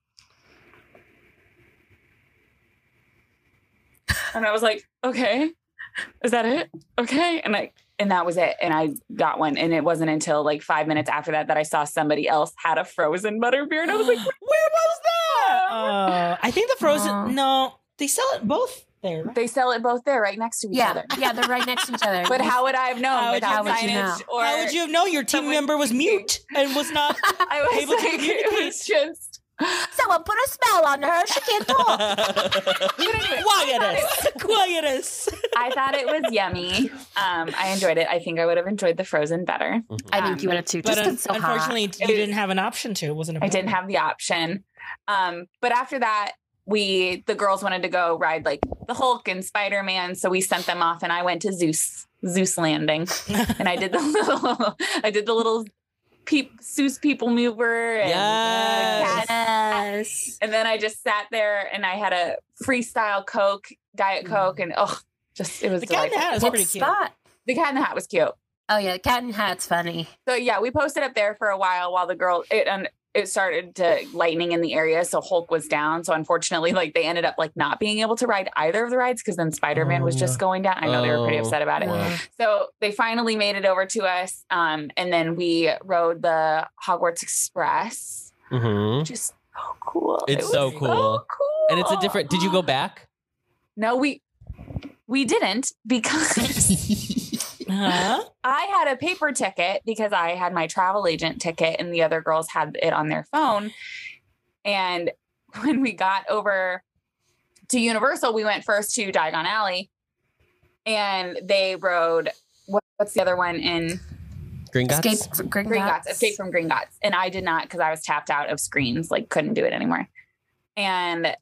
Speaker 3: And I was like, okay, is that it? Okay. And I, and that was it. And I got one. And it wasn't until like five minutes after that that I saw somebody else had a frozen butter beer. And I was like,
Speaker 1: Where was that? Oh, I think the frozen.
Speaker 4: Aw.
Speaker 1: No, they sell it both there. right?
Speaker 3: they sell it both there right next to each
Speaker 4: Yeah,
Speaker 3: other.
Speaker 4: yeah, they're right next to each other.
Speaker 3: But how would I have known
Speaker 1: How would
Speaker 3: without
Speaker 4: you- how would you
Speaker 3: signage
Speaker 4: know?
Speaker 3: or
Speaker 1: How would you have known your team
Speaker 3: someone-
Speaker 1: member was mute and was not?
Speaker 3: I was
Speaker 1: able to
Speaker 3: like, it was just
Speaker 4: Someone put a spell on her. She can't talk.
Speaker 1: Quietest, quietest.
Speaker 3: I thought it was yummy. Um, I enjoyed it. I think I would have enjoyed the frozen better.
Speaker 4: I think you would have too.
Speaker 1: But
Speaker 4: Just 'cause it's so
Speaker 1: un- unfortunately, you didn't have an option to. It wasn't.
Speaker 3: I didn't have the option. Um, but after that, we the girls wanted to go ride like the Hulk and Spider Man, so we sent them off, and I went to Zeus Zeus landing, and I did the little I did the little peep Zeus people mover and.
Speaker 5: Yes.
Speaker 4: hot. Yes.
Speaker 3: And then I just sat there and I had a freestyle Coke Diet Coke, and oh, just it was
Speaker 1: Mm. The cat in the
Speaker 3: delightful.
Speaker 1: hat is
Speaker 4: What
Speaker 1: pretty cute.
Speaker 4: spot?
Speaker 3: The Cat in the Hat was cute.
Speaker 4: Oh yeah, Cat in Hat's funny.
Speaker 3: So yeah, we posted up there for a while while the girl it and it started to lightning in the area, so Hulk was down. So unfortunately, like they ended up like not being able to ride either of the rides because then Spider Man
Speaker 5: Oh,
Speaker 3: was just
Speaker 5: no.
Speaker 3: going down. I know they were pretty
Speaker 5: Oh,
Speaker 3: upset about it.
Speaker 5: wow.
Speaker 3: So they finally made it over to us, um, and then we rode the Hogwarts Express,
Speaker 5: Mhm.
Speaker 3: which is so cool.
Speaker 5: It's
Speaker 3: was
Speaker 5: so cool.
Speaker 3: cool.
Speaker 5: And it's a different. Did you go back?
Speaker 3: No, we we didn't because
Speaker 1: Huh?
Speaker 3: I had a paper ticket because I had my travel agent ticket and the other girls had it on their phone. And when we got over to Universal, we went first to Diagon Alley and they rode what, what's the other one in
Speaker 5: Green Gots?
Speaker 4: Escape from Gringotts.
Speaker 3: Green Gots, Escape from Green Gots. And I did not because I was tapped out of screens, like couldn't do it anymore. And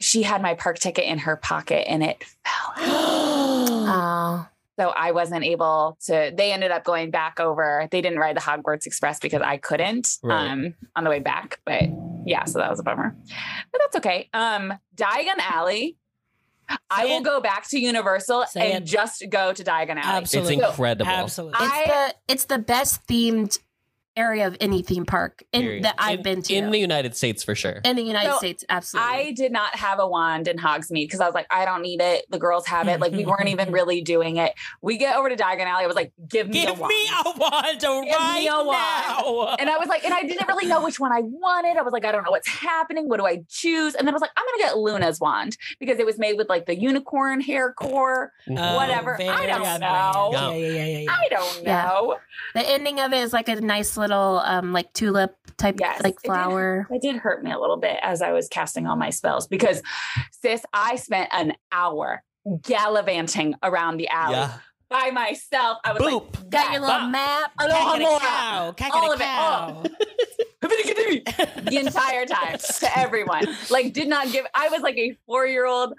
Speaker 3: she had my park ticket in her pocket and it fell.
Speaker 4: Oh,
Speaker 3: So I wasn't able to. They ended up going back over. They didn't ride the Hogwarts Express because I couldn't
Speaker 5: Right.
Speaker 3: um, on the way back. But yeah, so that was a bummer. But that's okay. Um, Diagon Alley. I
Speaker 1: Say
Speaker 3: will
Speaker 1: it.
Speaker 3: go back to Universal
Speaker 1: Say
Speaker 3: and
Speaker 1: it.
Speaker 3: just go to Diagon Alley.
Speaker 5: It's
Speaker 1: Absolutely.
Speaker 5: incredible.
Speaker 1: Absolutely.
Speaker 3: I-
Speaker 4: it's the it's the best themed area of any theme park in,
Speaker 5: Period.
Speaker 4: that I've
Speaker 5: In-
Speaker 4: been to
Speaker 5: in the United States for sure.
Speaker 4: In the United
Speaker 3: So,
Speaker 4: States, absolutely.
Speaker 3: I did not have a wand in Hogsmeade because I was like, I don't need it. The girls have it. Like we weren't even really doing it. We get over to Diagon Alley. I was like, give me a
Speaker 1: Give
Speaker 3: wand.
Speaker 1: me a wand right
Speaker 3: a wand.
Speaker 1: now.
Speaker 3: and I was like, and I didn't really know which one I wanted. I was like, I don't know what's happening. What do I choose? And then I was like, I'm gonna get Luna's wand because it was made with like the unicorn hair core.
Speaker 5: Mhm.
Speaker 3: whatever. I
Speaker 1: Oh, very
Speaker 3: don't
Speaker 1: on brand.
Speaker 3: know.
Speaker 1: Yeah,
Speaker 5: No.
Speaker 1: yeah, yeah, yeah. yeah.
Speaker 3: I don't
Speaker 4: Yeah.
Speaker 3: know.
Speaker 4: the ending of it is like a nice little um like tulip type
Speaker 3: Yes, it
Speaker 4: like
Speaker 3: did.
Speaker 4: flower.
Speaker 3: It did hurt me a little bit as I was casting all my spells because, sis, I spent an hour gallivanting around the alley
Speaker 5: Yeah.
Speaker 3: by myself. I was
Speaker 5: Boop.
Speaker 3: like,
Speaker 4: Got your
Speaker 3: "Yeah,
Speaker 4: little map.
Speaker 3: I
Speaker 1: Cat
Speaker 3: don't
Speaker 1: get a cow. Cat get
Speaker 3: All
Speaker 1: a
Speaker 3: of it,
Speaker 1: cow.
Speaker 3: Oh. the entire time to everyone. Like, did not give. I was like a four year old.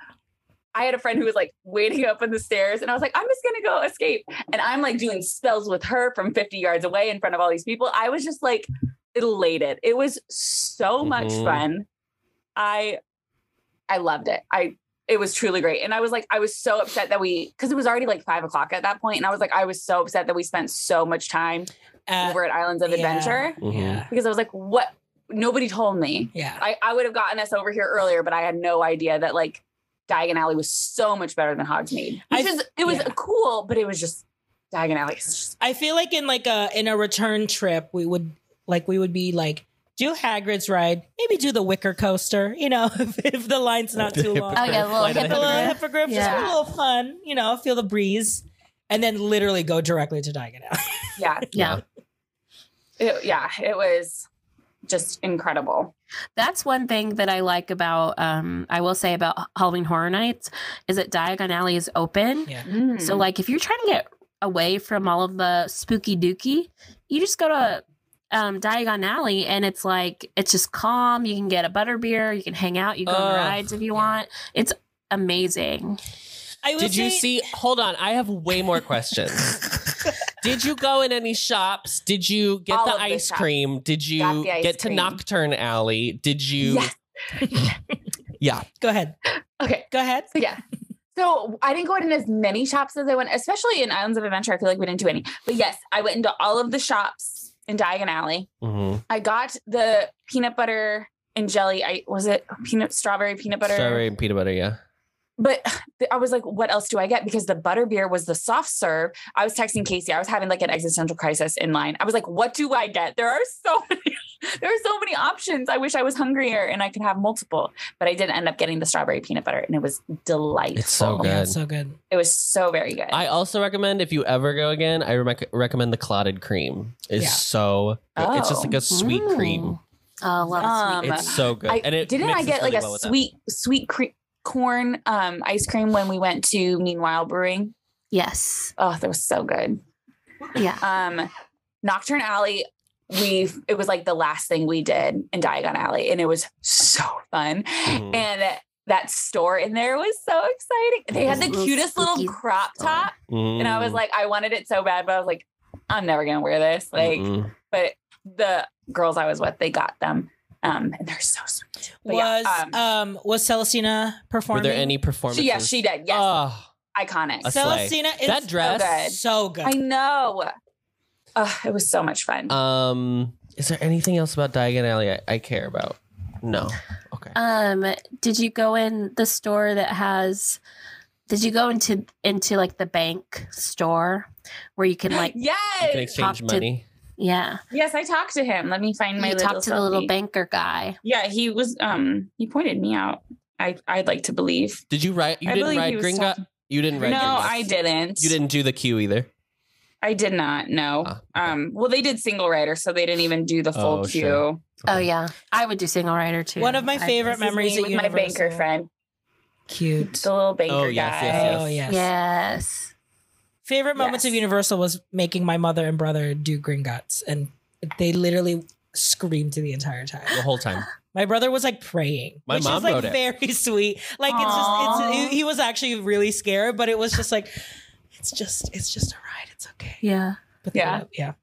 Speaker 3: I had a friend who was like waiting up on the stairs, and I was like, I'm just gonna go escape. And I'm like doing spells with her from 50 yards away in front of all these people. I was just like elated. It was so much
Speaker 1: Mm-hmm.
Speaker 5: Mhm.
Speaker 3: fun. I I loved it. I it was truly great. And I was like, I was so upset that we because it was already like five o'clock at that point, And I was like, I was so upset that we spent so much time
Speaker 1: Uh,
Speaker 3: over at Islands of
Speaker 1: yeah.
Speaker 3: Adventure
Speaker 5: Mhm.
Speaker 3: because I was like, what? Nobody told me.
Speaker 1: Yeah.
Speaker 3: I, I would have gotten us over here earlier, but I had no idea that like Diagon Alley was so much better than Hogsmeade.
Speaker 1: I-
Speaker 3: Which is it was
Speaker 1: yeah.
Speaker 3: cool, but it was just Diagon Alley. is just-
Speaker 1: I feel like in like a in a return trip, we would like we would be like do Hagrid's ride, maybe do the Wicker coaster. You know, if, if the line's not too long.
Speaker 4: Oh yeah, little
Speaker 5: Flight of
Speaker 1: a little
Speaker 4: hippogriff.
Speaker 1: hippogriff, just
Speaker 4: Yeah.
Speaker 1: for a little fun. You know, feel the breeze, and then literally go directly to Diagon Alley.
Speaker 3: yeah,
Speaker 4: Yeah.
Speaker 3: it, yeah, it was just incredible.
Speaker 4: That's one thing that I like about um I will say about Halloween Horror Nights is that Diagon Alley is open.
Speaker 1: Mm.
Speaker 4: So
Speaker 3: Hmm.
Speaker 4: like if you're trying to get away from all of the spooky dookie, you just go to um Diagon Alley and it's like it's just calm. You can get a butterbeer, you can hang out, you go on
Speaker 5: Ugh.
Speaker 4: rides if you want. It's amazing.
Speaker 1: I will
Speaker 5: Did you
Speaker 1: say-
Speaker 5: see? Hold on, I have way more questions. Did you go in any shops? Did you get
Speaker 3: All
Speaker 5: the
Speaker 3: of the
Speaker 5: ice
Speaker 3: shops.
Speaker 5: cream? Did you
Speaker 3: Got the ice
Speaker 5: get to
Speaker 3: cream.
Speaker 5: Nocturne Alley? Did you?
Speaker 3: Yes.
Speaker 5: Yeah.
Speaker 1: Go ahead.
Speaker 3: Okay.
Speaker 1: Go ahead.
Speaker 3: So yeah. So I didn't go in as many shops as I went, especially in Islands of Adventure. I feel like we didn't do any. But yes, I went into all of the shops in Diagon Alley.
Speaker 5: Mhm.
Speaker 3: I got the peanut butter and jelly. I was it peanut strawberry peanut butter.
Speaker 5: Strawberry and peanut butter. Yeah.
Speaker 3: But I was like, what else do I get? Because the butter beer was the soft serve. I was texting Casey. I was having like an existential crisis in line. I was like, what do I get? There are so many. There are so many options. I wish I was hungrier and I could have multiple. But I did end up getting the strawberry peanut butter, and it was delightful.
Speaker 5: It's so good.
Speaker 1: Yeah, it's so good.
Speaker 3: It was so very good.
Speaker 5: I also recommend if you ever go again, I rec- recommend the clotted cream. It's
Speaker 1: Yeah.
Speaker 5: so good. It's just
Speaker 3: Oh.
Speaker 5: like a sweet cream.
Speaker 4: Ooh. Oh, I love
Speaker 3: Um,
Speaker 4: sweet.
Speaker 5: It's so good.
Speaker 3: I-
Speaker 5: and it
Speaker 3: didn't I
Speaker 5: mixes
Speaker 3: get like
Speaker 5: really
Speaker 3: a
Speaker 5: well with that.
Speaker 3: sweet sweet cre- corn um, ice cream when we went to Meanwhile Brewing?
Speaker 4: Yes.
Speaker 3: Oh, that was so good.
Speaker 4: Yeah.
Speaker 3: um Nocturne Alley we it was like the last thing we did in Diagon Alley and it was so fun
Speaker 4: Mm-hmm.
Speaker 5: Mhm.
Speaker 3: and that store in there was so exciting. They had the
Speaker 4: Little
Speaker 3: cutest little
Speaker 4: spooky Mm-hmm.
Speaker 3: crop
Speaker 4: store.
Speaker 3: top and I was
Speaker 5: Mm.
Speaker 3: like I wanted it so bad but I was like I'm never going to wear this like
Speaker 5: Mm-mm.
Speaker 3: but the girls I was with they got them um and they're so sweet. But
Speaker 1: was
Speaker 3: yeah, um,
Speaker 1: um, was Celestina
Speaker 5: Were
Speaker 1: performing?
Speaker 5: there any
Speaker 3: she,
Speaker 5: performances?
Speaker 3: yes, she did. Yes,
Speaker 5: Oh,
Speaker 3: iconic.
Speaker 5: a slay.
Speaker 1: Celestina is
Speaker 5: That dress.
Speaker 1: so good.
Speaker 3: I know. Ugh, it was so much fun.
Speaker 5: Um, is there anything else about Diagon Alley I, I care about? No. Okay.
Speaker 4: Um, did you go in the store that has? Did you go into into like the bank store where you can like
Speaker 3: yes,
Speaker 5: you can
Speaker 4: pop
Speaker 5: exchange
Speaker 4: to-
Speaker 5: money.
Speaker 4: yeah
Speaker 3: yes. I talked to him. Let me find my.
Speaker 4: you talk to the little
Speaker 3: selfie.
Speaker 4: banker guy?
Speaker 3: Yeah, he was. Um, he pointed me out. I I'd like to believe.
Speaker 5: Did you ride? You
Speaker 3: I
Speaker 5: didn't
Speaker 3: believe
Speaker 5: ride
Speaker 3: he was
Speaker 5: Gringa.
Speaker 3: talking-
Speaker 5: You didn't ride.
Speaker 3: no,
Speaker 5: Gringa.
Speaker 3: I didn't.
Speaker 5: You didn't do the queue either.
Speaker 3: I did not. No.
Speaker 5: Ah, okay.
Speaker 3: Um. Well, they did single rider, so they didn't even do the full
Speaker 5: Oh,
Speaker 3: queue.
Speaker 5: sure.
Speaker 4: Oh yeah, I would do single rider too.
Speaker 1: One of my
Speaker 4: I-
Speaker 1: favorite
Speaker 3: This is
Speaker 1: memories
Speaker 3: me
Speaker 1: at
Speaker 3: with my banker
Speaker 1: Universal.
Speaker 3: friend,
Speaker 1: Cute.
Speaker 3: the little banker
Speaker 5: Oh, yes,
Speaker 3: guy.
Speaker 5: yes, yes.
Speaker 1: Oh yes.
Speaker 4: Yes.
Speaker 1: Favorite moments
Speaker 3: Yes.
Speaker 1: of Universal was making my mother and brother do Gringotts, and they literally screamed the entire time.
Speaker 5: The whole time.
Speaker 1: My brother was like praying,
Speaker 5: My
Speaker 1: which
Speaker 5: mom
Speaker 1: is like
Speaker 5: wrote it.
Speaker 1: very sweet. Like it's just,
Speaker 3: Aw.
Speaker 1: it's, he was actually really scared, but it was just like, it's just, it's just a ride. It's okay.
Speaker 4: Yeah.
Speaker 1: But they
Speaker 3: Yeah.
Speaker 1: love- yeah.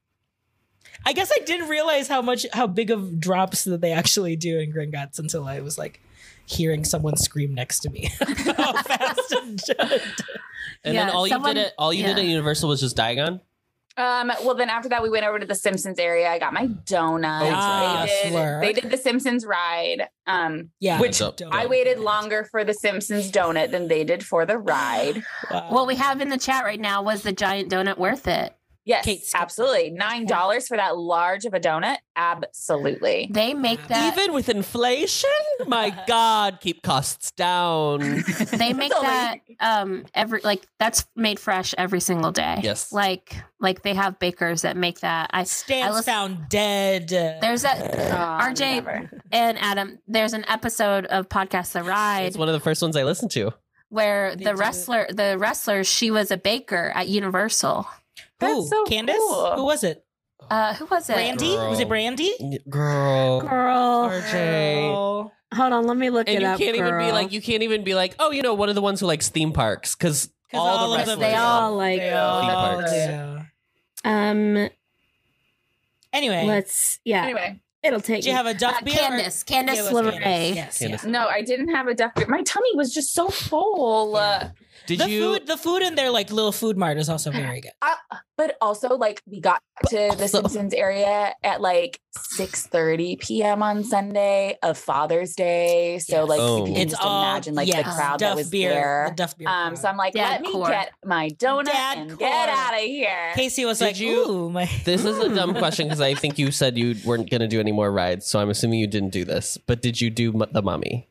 Speaker 1: I guess I didn't realize how much, how big of drops that they actually do in Gringotts until I was like hearing someone scream next to me. how fast it-
Speaker 5: And
Speaker 4: Yeah,
Speaker 5: then all
Speaker 4: someone-
Speaker 5: you did at all you did
Speaker 4: yeah.
Speaker 5: at Universal was just Diagon.
Speaker 3: Um, well, then after that, we went over to the Simpsons area. I got my donuts.
Speaker 5: Oh, Ah,
Speaker 3: they, did,
Speaker 1: slurp.
Speaker 3: they did the Simpsons ride. Um,
Speaker 1: Yeah.
Speaker 3: Which
Speaker 5: Dope.
Speaker 1: Dope.
Speaker 3: I waited longer for the Simpsons donut than they did for the ride.
Speaker 1: Wow.
Speaker 4: What we have in the chat right now was the giant donut worth it?
Speaker 3: Yes,
Speaker 1: Kate Skip.
Speaker 3: absolutely. Nine dollars for that large of a donut. Absolutely.
Speaker 4: They make that.
Speaker 5: Even with inflation, my God, keep costs down.
Speaker 4: they make
Speaker 3: It's only-
Speaker 4: that um every like that's made fresh every single day.
Speaker 5: Yes.
Speaker 4: Like like they have bakers that make that. I I
Speaker 1: Stan's
Speaker 4: listen-
Speaker 1: found dead.
Speaker 4: there's
Speaker 3: Oh,
Speaker 4: a RJ.
Speaker 3: never.
Speaker 4: and Adam. There's an episode of podcast The Ride
Speaker 5: It's one of the first ones I listened to.
Speaker 4: where
Speaker 1: They
Speaker 4: the
Speaker 1: do it.
Speaker 4: wrestler the wrestler she was a baker at Universal.
Speaker 1: Who?
Speaker 3: That's so
Speaker 1: Candace?
Speaker 3: cool.
Speaker 1: Who was it?
Speaker 4: Uh, who was it?
Speaker 1: Brandy?
Speaker 5: Girl.
Speaker 1: Was it Brandy?
Speaker 5: Oh, Girl.
Speaker 4: Girl.
Speaker 5: RJ.
Speaker 4: Hold on, let me look
Speaker 5: And you can't even be like you can't even be like, oh, you know, one of the ones who likes theme parks because all,
Speaker 1: all
Speaker 5: the
Speaker 1: of
Speaker 5: rest
Speaker 1: them
Speaker 5: of
Speaker 4: they
Speaker 1: do.
Speaker 4: all like
Speaker 1: They
Speaker 5: all
Speaker 1: do.
Speaker 4: um
Speaker 1: Anyway,
Speaker 4: let's yeah,
Speaker 3: Anyway,
Speaker 4: it'll take
Speaker 1: did you have a duck
Speaker 4: uh,
Speaker 1: beer?
Speaker 4: Candace,
Speaker 1: It was
Speaker 4: Candace LeRae.
Speaker 1: Candace. Yes,
Speaker 5: Candace.
Speaker 1: yeah.
Speaker 3: no, I didn't have a duck. My tummy was just so full. Uh,
Speaker 5: Did
Speaker 1: the
Speaker 5: you
Speaker 1: food, the food in their like little food mart is also very good.
Speaker 3: but also, like, we got to the
Speaker 5: also-
Speaker 3: Simpsons area at like six thirty p.m. on Sunday of Father's Day. So,
Speaker 1: Yes.
Speaker 3: like,
Speaker 5: Oh.
Speaker 3: you can
Speaker 1: It's
Speaker 3: just
Speaker 1: all
Speaker 3: imagine like
Speaker 1: yes,
Speaker 3: the crowd
Speaker 1: Duff
Speaker 3: that was
Speaker 1: beer,
Speaker 3: there.
Speaker 1: The Duff beer.
Speaker 3: Um, so
Speaker 1: crowd.
Speaker 3: I'm like,
Speaker 4: Dad
Speaker 3: let me
Speaker 4: core.
Speaker 3: get my donut
Speaker 1: Dad
Speaker 3: and
Speaker 1: core.
Speaker 3: get out of here.
Speaker 1: Casey was
Speaker 5: Did
Speaker 1: like,
Speaker 5: you-
Speaker 1: "Ooh, my."
Speaker 5: This is a dumb question because I think you said you weren't going to do any more rides, so I'm assuming you didn't do this. But did you do m- the mummy?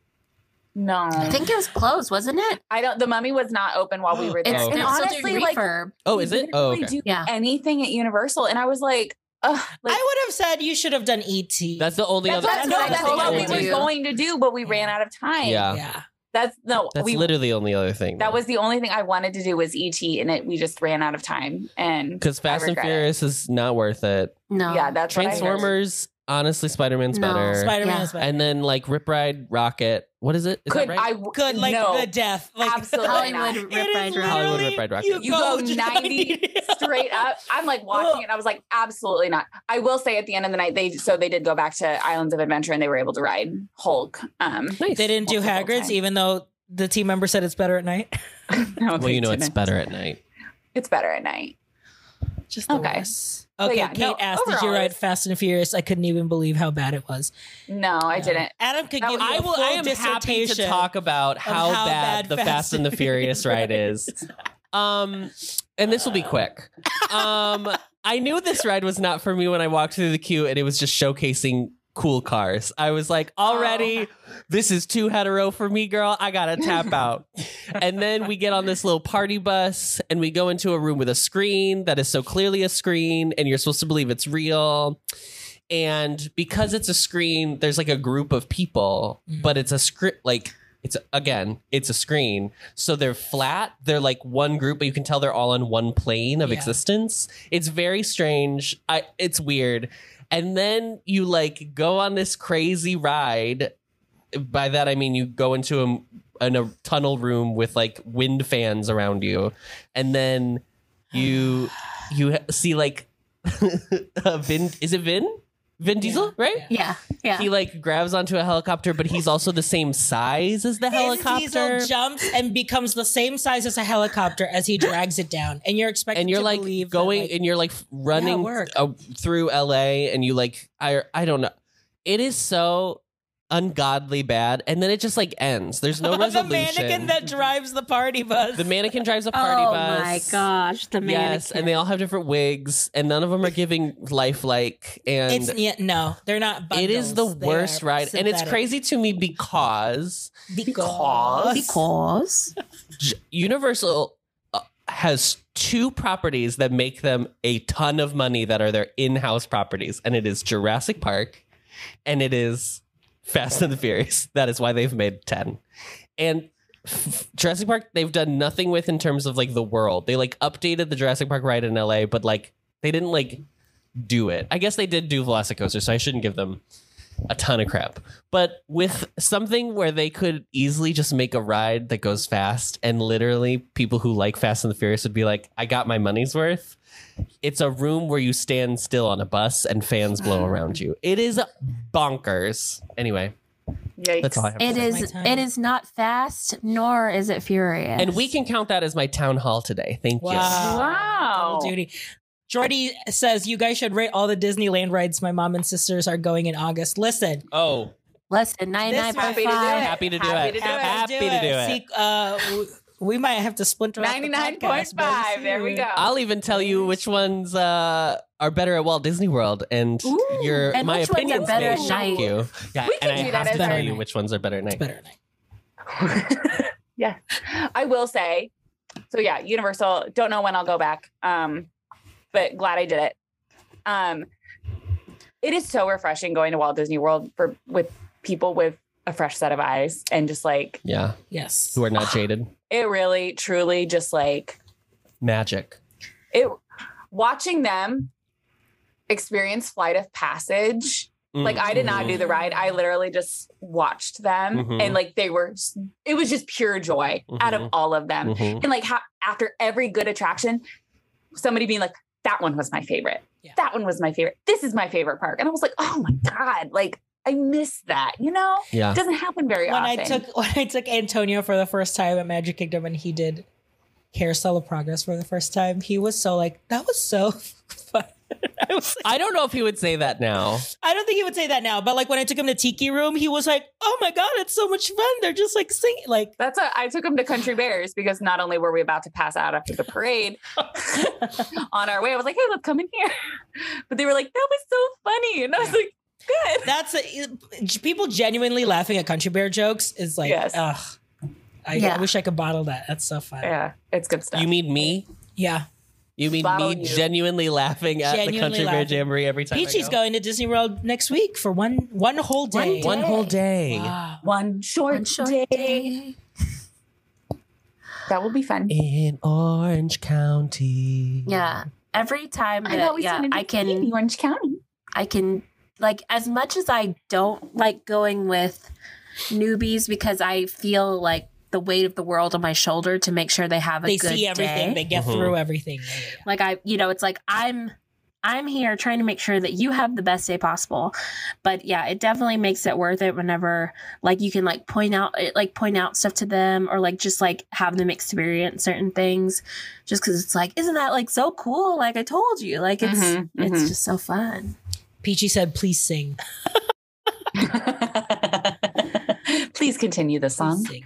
Speaker 3: No,
Speaker 4: I think it was closed, wasn't it?
Speaker 3: I don't. The mummy was not open while we were
Speaker 4: It's,
Speaker 3: there.
Speaker 5: Oh,
Speaker 4: and
Speaker 5: okay.
Speaker 3: And honestly, like,
Speaker 4: reverb.
Speaker 5: Oh,
Speaker 3: we
Speaker 5: is it?
Speaker 3: didn't
Speaker 5: Oh,
Speaker 3: really
Speaker 5: okay.
Speaker 3: do
Speaker 4: Yeah.
Speaker 3: anything at Universal, and I was like, ugh. Like,
Speaker 1: I would have said you should have done E ET.
Speaker 5: That's the only
Speaker 3: that's
Speaker 5: other.
Speaker 3: what,
Speaker 1: that's
Speaker 3: no,
Speaker 1: what I
Speaker 3: that's
Speaker 1: think I
Speaker 3: what we
Speaker 1: would
Speaker 3: were
Speaker 1: do.
Speaker 3: going to do, but we ran out of time.
Speaker 5: Yeah.
Speaker 1: yeah.
Speaker 3: that's no.
Speaker 5: That's
Speaker 3: we
Speaker 5: literally the only other thing.
Speaker 3: that was the only thing I wanted to do was ET, and it we just ran out of time. And
Speaker 5: because Fast and
Speaker 3: regret it.
Speaker 5: Furious is not worth it.
Speaker 4: No.
Speaker 3: yeah, that's what I heard.
Speaker 5: Transformers, honestly, Spider Man's
Speaker 4: No.
Speaker 5: better.
Speaker 1: Spider Man
Speaker 4: Yeah.
Speaker 1: is better.
Speaker 5: and then like Rip Ride, Rocket. What is it? Is
Speaker 3: Could
Speaker 5: that right?
Speaker 3: I? w-
Speaker 1: good, like
Speaker 3: no.
Speaker 1: the death, like
Speaker 3: Absolutely.
Speaker 1: It
Speaker 4: Hollywood
Speaker 1: is
Speaker 4: Rip Ride Rock.
Speaker 5: Hollywood
Speaker 1: literally-
Speaker 5: Rip Ride Rock.
Speaker 3: You go
Speaker 1: just
Speaker 3: 90 straight up. I'm like watching it. and I was like, absolutely not. I will say at the end of the night, they so they did go back to Islands of Adventure and they were able to ride Hulk. Um,
Speaker 5: Nice.
Speaker 1: They didn't do
Speaker 3: Multiple
Speaker 1: Hagrid's,
Speaker 3: times.
Speaker 1: even though the team member said it's better at night.
Speaker 3: no,
Speaker 5: Well,
Speaker 3: they
Speaker 5: you know it's
Speaker 3: didn't.
Speaker 5: better at night.
Speaker 3: It's better at night.
Speaker 1: Just the
Speaker 3: Okay.
Speaker 1: worst.
Speaker 3: But
Speaker 1: Okay,
Speaker 3: yeah,
Speaker 1: Kate
Speaker 3: no,
Speaker 1: asked, "Did you
Speaker 3: overall,
Speaker 1: ride
Speaker 3: it's-
Speaker 1: Fast and Furious?" I couldn't even believe how bad it was.
Speaker 3: No, I
Speaker 1: Yeah.
Speaker 3: didn't.
Speaker 1: Adam could
Speaker 3: That
Speaker 1: give.
Speaker 3: was-
Speaker 1: you
Speaker 5: I
Speaker 1: a
Speaker 5: will.
Speaker 1: full
Speaker 5: I am happy to
Speaker 1: dissertation.
Speaker 5: talk about how,
Speaker 1: how
Speaker 5: bad,
Speaker 1: bad
Speaker 5: the Fast and the Furious ride is. Um, and this will be quick. Um, I knew this ride was not for me when I walked through the queue, and it was just showcasing cool cars. I was like, already, this is too hetero for me, girl. I gotta tap out. and then we get on this little party bus, and we go into a room with a screen that is so clearly a screen, and you're supposed to believe it's real. And because it's a screen, there's like a group of people,
Speaker 1: Mm.
Speaker 5: but it's a script like it's again, it's a screen. So they're flat. They're like one group, but you can tell they're all on one plane of
Speaker 1: Yeah.
Speaker 5: existence. It's very strange. I it's weird. And then you like go on this crazy ride. By that I mean you go into a in a tunnel room with like wind fans around you, and then you you ha- see like a Vin. uh, Is it Vin? Vin Diesel, right?
Speaker 4: Yeah, yeah.
Speaker 5: He like grabs onto a helicopter, but he's also the same size as the helicopter.
Speaker 1: Diesel jumps and becomes the same size as a helicopter as he drags it down, and you're expected
Speaker 5: and you're
Speaker 1: to
Speaker 5: like
Speaker 1: believe that,
Speaker 5: going
Speaker 1: like,
Speaker 5: and you're like f- running
Speaker 1: work.
Speaker 5: uh, through LA and you like I I don't know. It is so ungodly bad and then it just like ends. There's no
Speaker 1: the
Speaker 5: resolution.
Speaker 1: mannequin that drives the party bus.
Speaker 5: The mannequin drives a party
Speaker 4: oh
Speaker 5: bus.
Speaker 4: my gosh, the man.
Speaker 5: Yes, and they all have different wigs and none of them are giving lifelike and
Speaker 1: it's yeah, no, they're not. Bundles.
Speaker 5: it is the
Speaker 1: They
Speaker 5: worst
Speaker 1: are
Speaker 5: ride and it's
Speaker 1: synthetic.
Speaker 5: crazy to me because
Speaker 1: because
Speaker 4: because
Speaker 5: J- Universal uh, has two properties that make them a ton of money that are their in-house properties, and it is Jurassic Park, and it is Fast and the Furious. That is why they've made ten, and. f- Jurassic Park, they've done nothing with in terms of like the world. They like updated the Jurassic Park ride in LA, but like they didn't like do it. I guess they did do Velocicoaster, so I shouldn't give them a ton of crap. But with something where they could easily just make a ride that goes fast, and literally people who like Fast and the Furious would be like, I got my money's worth. It's a room where you stand still on a bus and fans blow around you. It is bonkers. Anyway,
Speaker 3: Yikes.
Speaker 5: that's all I have.
Speaker 4: it
Speaker 5: to say.
Speaker 4: is
Speaker 1: time.
Speaker 4: it is not fast nor is it furious.
Speaker 5: And we can count that as my town hall today. Thank you.
Speaker 1: wow,
Speaker 3: Wow.
Speaker 1: double duty. Jordy says you guys should rate all the Disneyland rides my mom and sisters are going in August. Listen,
Speaker 5: Oh,
Speaker 4: less than ninety nine
Speaker 1: might
Speaker 4: point
Speaker 1: be
Speaker 3: to do
Speaker 4: five.
Speaker 3: it.
Speaker 5: happy to do
Speaker 3: Happy
Speaker 5: it.
Speaker 3: to do it.
Speaker 5: happy to do it.
Speaker 1: See, uh, w- we might have to splinter. off the podcast very
Speaker 3: 99.5. There we
Speaker 1: soon.
Speaker 3: go.
Speaker 5: I'll even tell you which ones uh, are better at Walt Disney World, and
Speaker 3: Ooh.
Speaker 5: your
Speaker 4: And
Speaker 5: my
Speaker 4: which ones are
Speaker 5: opinions
Speaker 4: better
Speaker 5: may
Speaker 4: at
Speaker 5: shock
Speaker 4: night.
Speaker 5: you. Yeah,
Speaker 3: We
Speaker 5: and
Speaker 3: can
Speaker 5: I
Speaker 3: do that
Speaker 5: have to
Speaker 1: as
Speaker 5: tell
Speaker 1: our-
Speaker 5: you which ones are better at
Speaker 1: It's
Speaker 5: night.
Speaker 1: better tonight.
Speaker 3: yeah. I will say. So yeah, Universal. Don't know when I'll go back. Um, but glad I did it. Um, it is so refreshing going to Walt Disney World for with people with a fresh set of eyes and just like
Speaker 5: Yeah,
Speaker 1: Yes.
Speaker 5: who are not jaded.
Speaker 3: it really truly just like
Speaker 5: Magic.
Speaker 3: it watching them experience flight of passage
Speaker 5: Mm,
Speaker 3: Like I did
Speaker 5: mm-hmm.
Speaker 3: not do the ride. I literally just watched them
Speaker 5: Mhm.
Speaker 3: and like they were it was just pure joy out of
Speaker 5: Mhm.
Speaker 3: all of them.
Speaker 5: Mhm.
Speaker 3: And like how after every good attraction, somebody being like, that one was my favorite.
Speaker 1: Yeah.
Speaker 3: That one was my favorite. This is my favorite park. And I was like, oh my God, like I miss that, you know?
Speaker 5: Yeah.
Speaker 3: It doesn't happen very
Speaker 1: Uh, when
Speaker 3: often.
Speaker 1: I took when I took Antonio for the first time at Magic Kingdom and he did Carousel of Progress for the first time, he was so like, that was so fun. I was like,
Speaker 5: I don't know if he would say that now.
Speaker 1: I don't think he would say that now, but like when I took him to Tiki Room, he was like, "Oh my god, it's so much fun! They're just like singing, like
Speaker 3: that's a, I took them to Country Bears because not only were we about to pass out after the parade on our way, I was like, hey, let's come in here. But they were like, that was so funny. And I was like, good.
Speaker 1: that's a, e, people genuinely laughing at Country Bear jokes is like,
Speaker 3: Yes.
Speaker 1: ugh, I,
Speaker 4: Yeah.
Speaker 1: I wish I could bottle that. That's so fun. Yeah,
Speaker 3: Yeah, it's good stuff.
Speaker 5: You mean me? You mean
Speaker 3: Follow
Speaker 5: me
Speaker 3: you.
Speaker 5: genuinely laughing at the
Speaker 1: Genuinely
Speaker 5: Country
Speaker 1: laughing.
Speaker 5: Bear Jamboree every time? I
Speaker 1: Peachy's
Speaker 5: go?
Speaker 1: going to Disney World next week for one one whole day.
Speaker 5: One whole day.
Speaker 1: Wow.
Speaker 3: one short,
Speaker 4: One short
Speaker 3: day.
Speaker 4: day.
Speaker 3: That will be fun.
Speaker 5: In Orange County.
Speaker 4: Yeah. Every time
Speaker 3: I've
Speaker 4: that,
Speaker 3: always
Speaker 4: yeah,
Speaker 3: wanted to
Speaker 4: I
Speaker 3: be
Speaker 4: can
Speaker 3: in Orange County.
Speaker 4: I can like as much as I don't like going with newbies because I feel like the weight of the world on my shoulder to make sure they have a
Speaker 1: They
Speaker 4: good
Speaker 1: see everything.
Speaker 4: day.
Speaker 1: They get
Speaker 5: Mhm.
Speaker 1: through everything.
Speaker 4: like I you know it's like I'm I'm here trying to make sure that you have the best day possible. But yeah, it definitely makes it worth it whenever like you can like point out it like point out stuff to them or like just like have them experience certain things just cuz it's like isn't that like so cool? Like I told you. Like it's
Speaker 5: Mm-hmm.
Speaker 3: Mhm, mhm.
Speaker 4: it's just so fun.
Speaker 1: Peachy said, "Please sing."
Speaker 3: Please continue the song.
Speaker 1: Sing.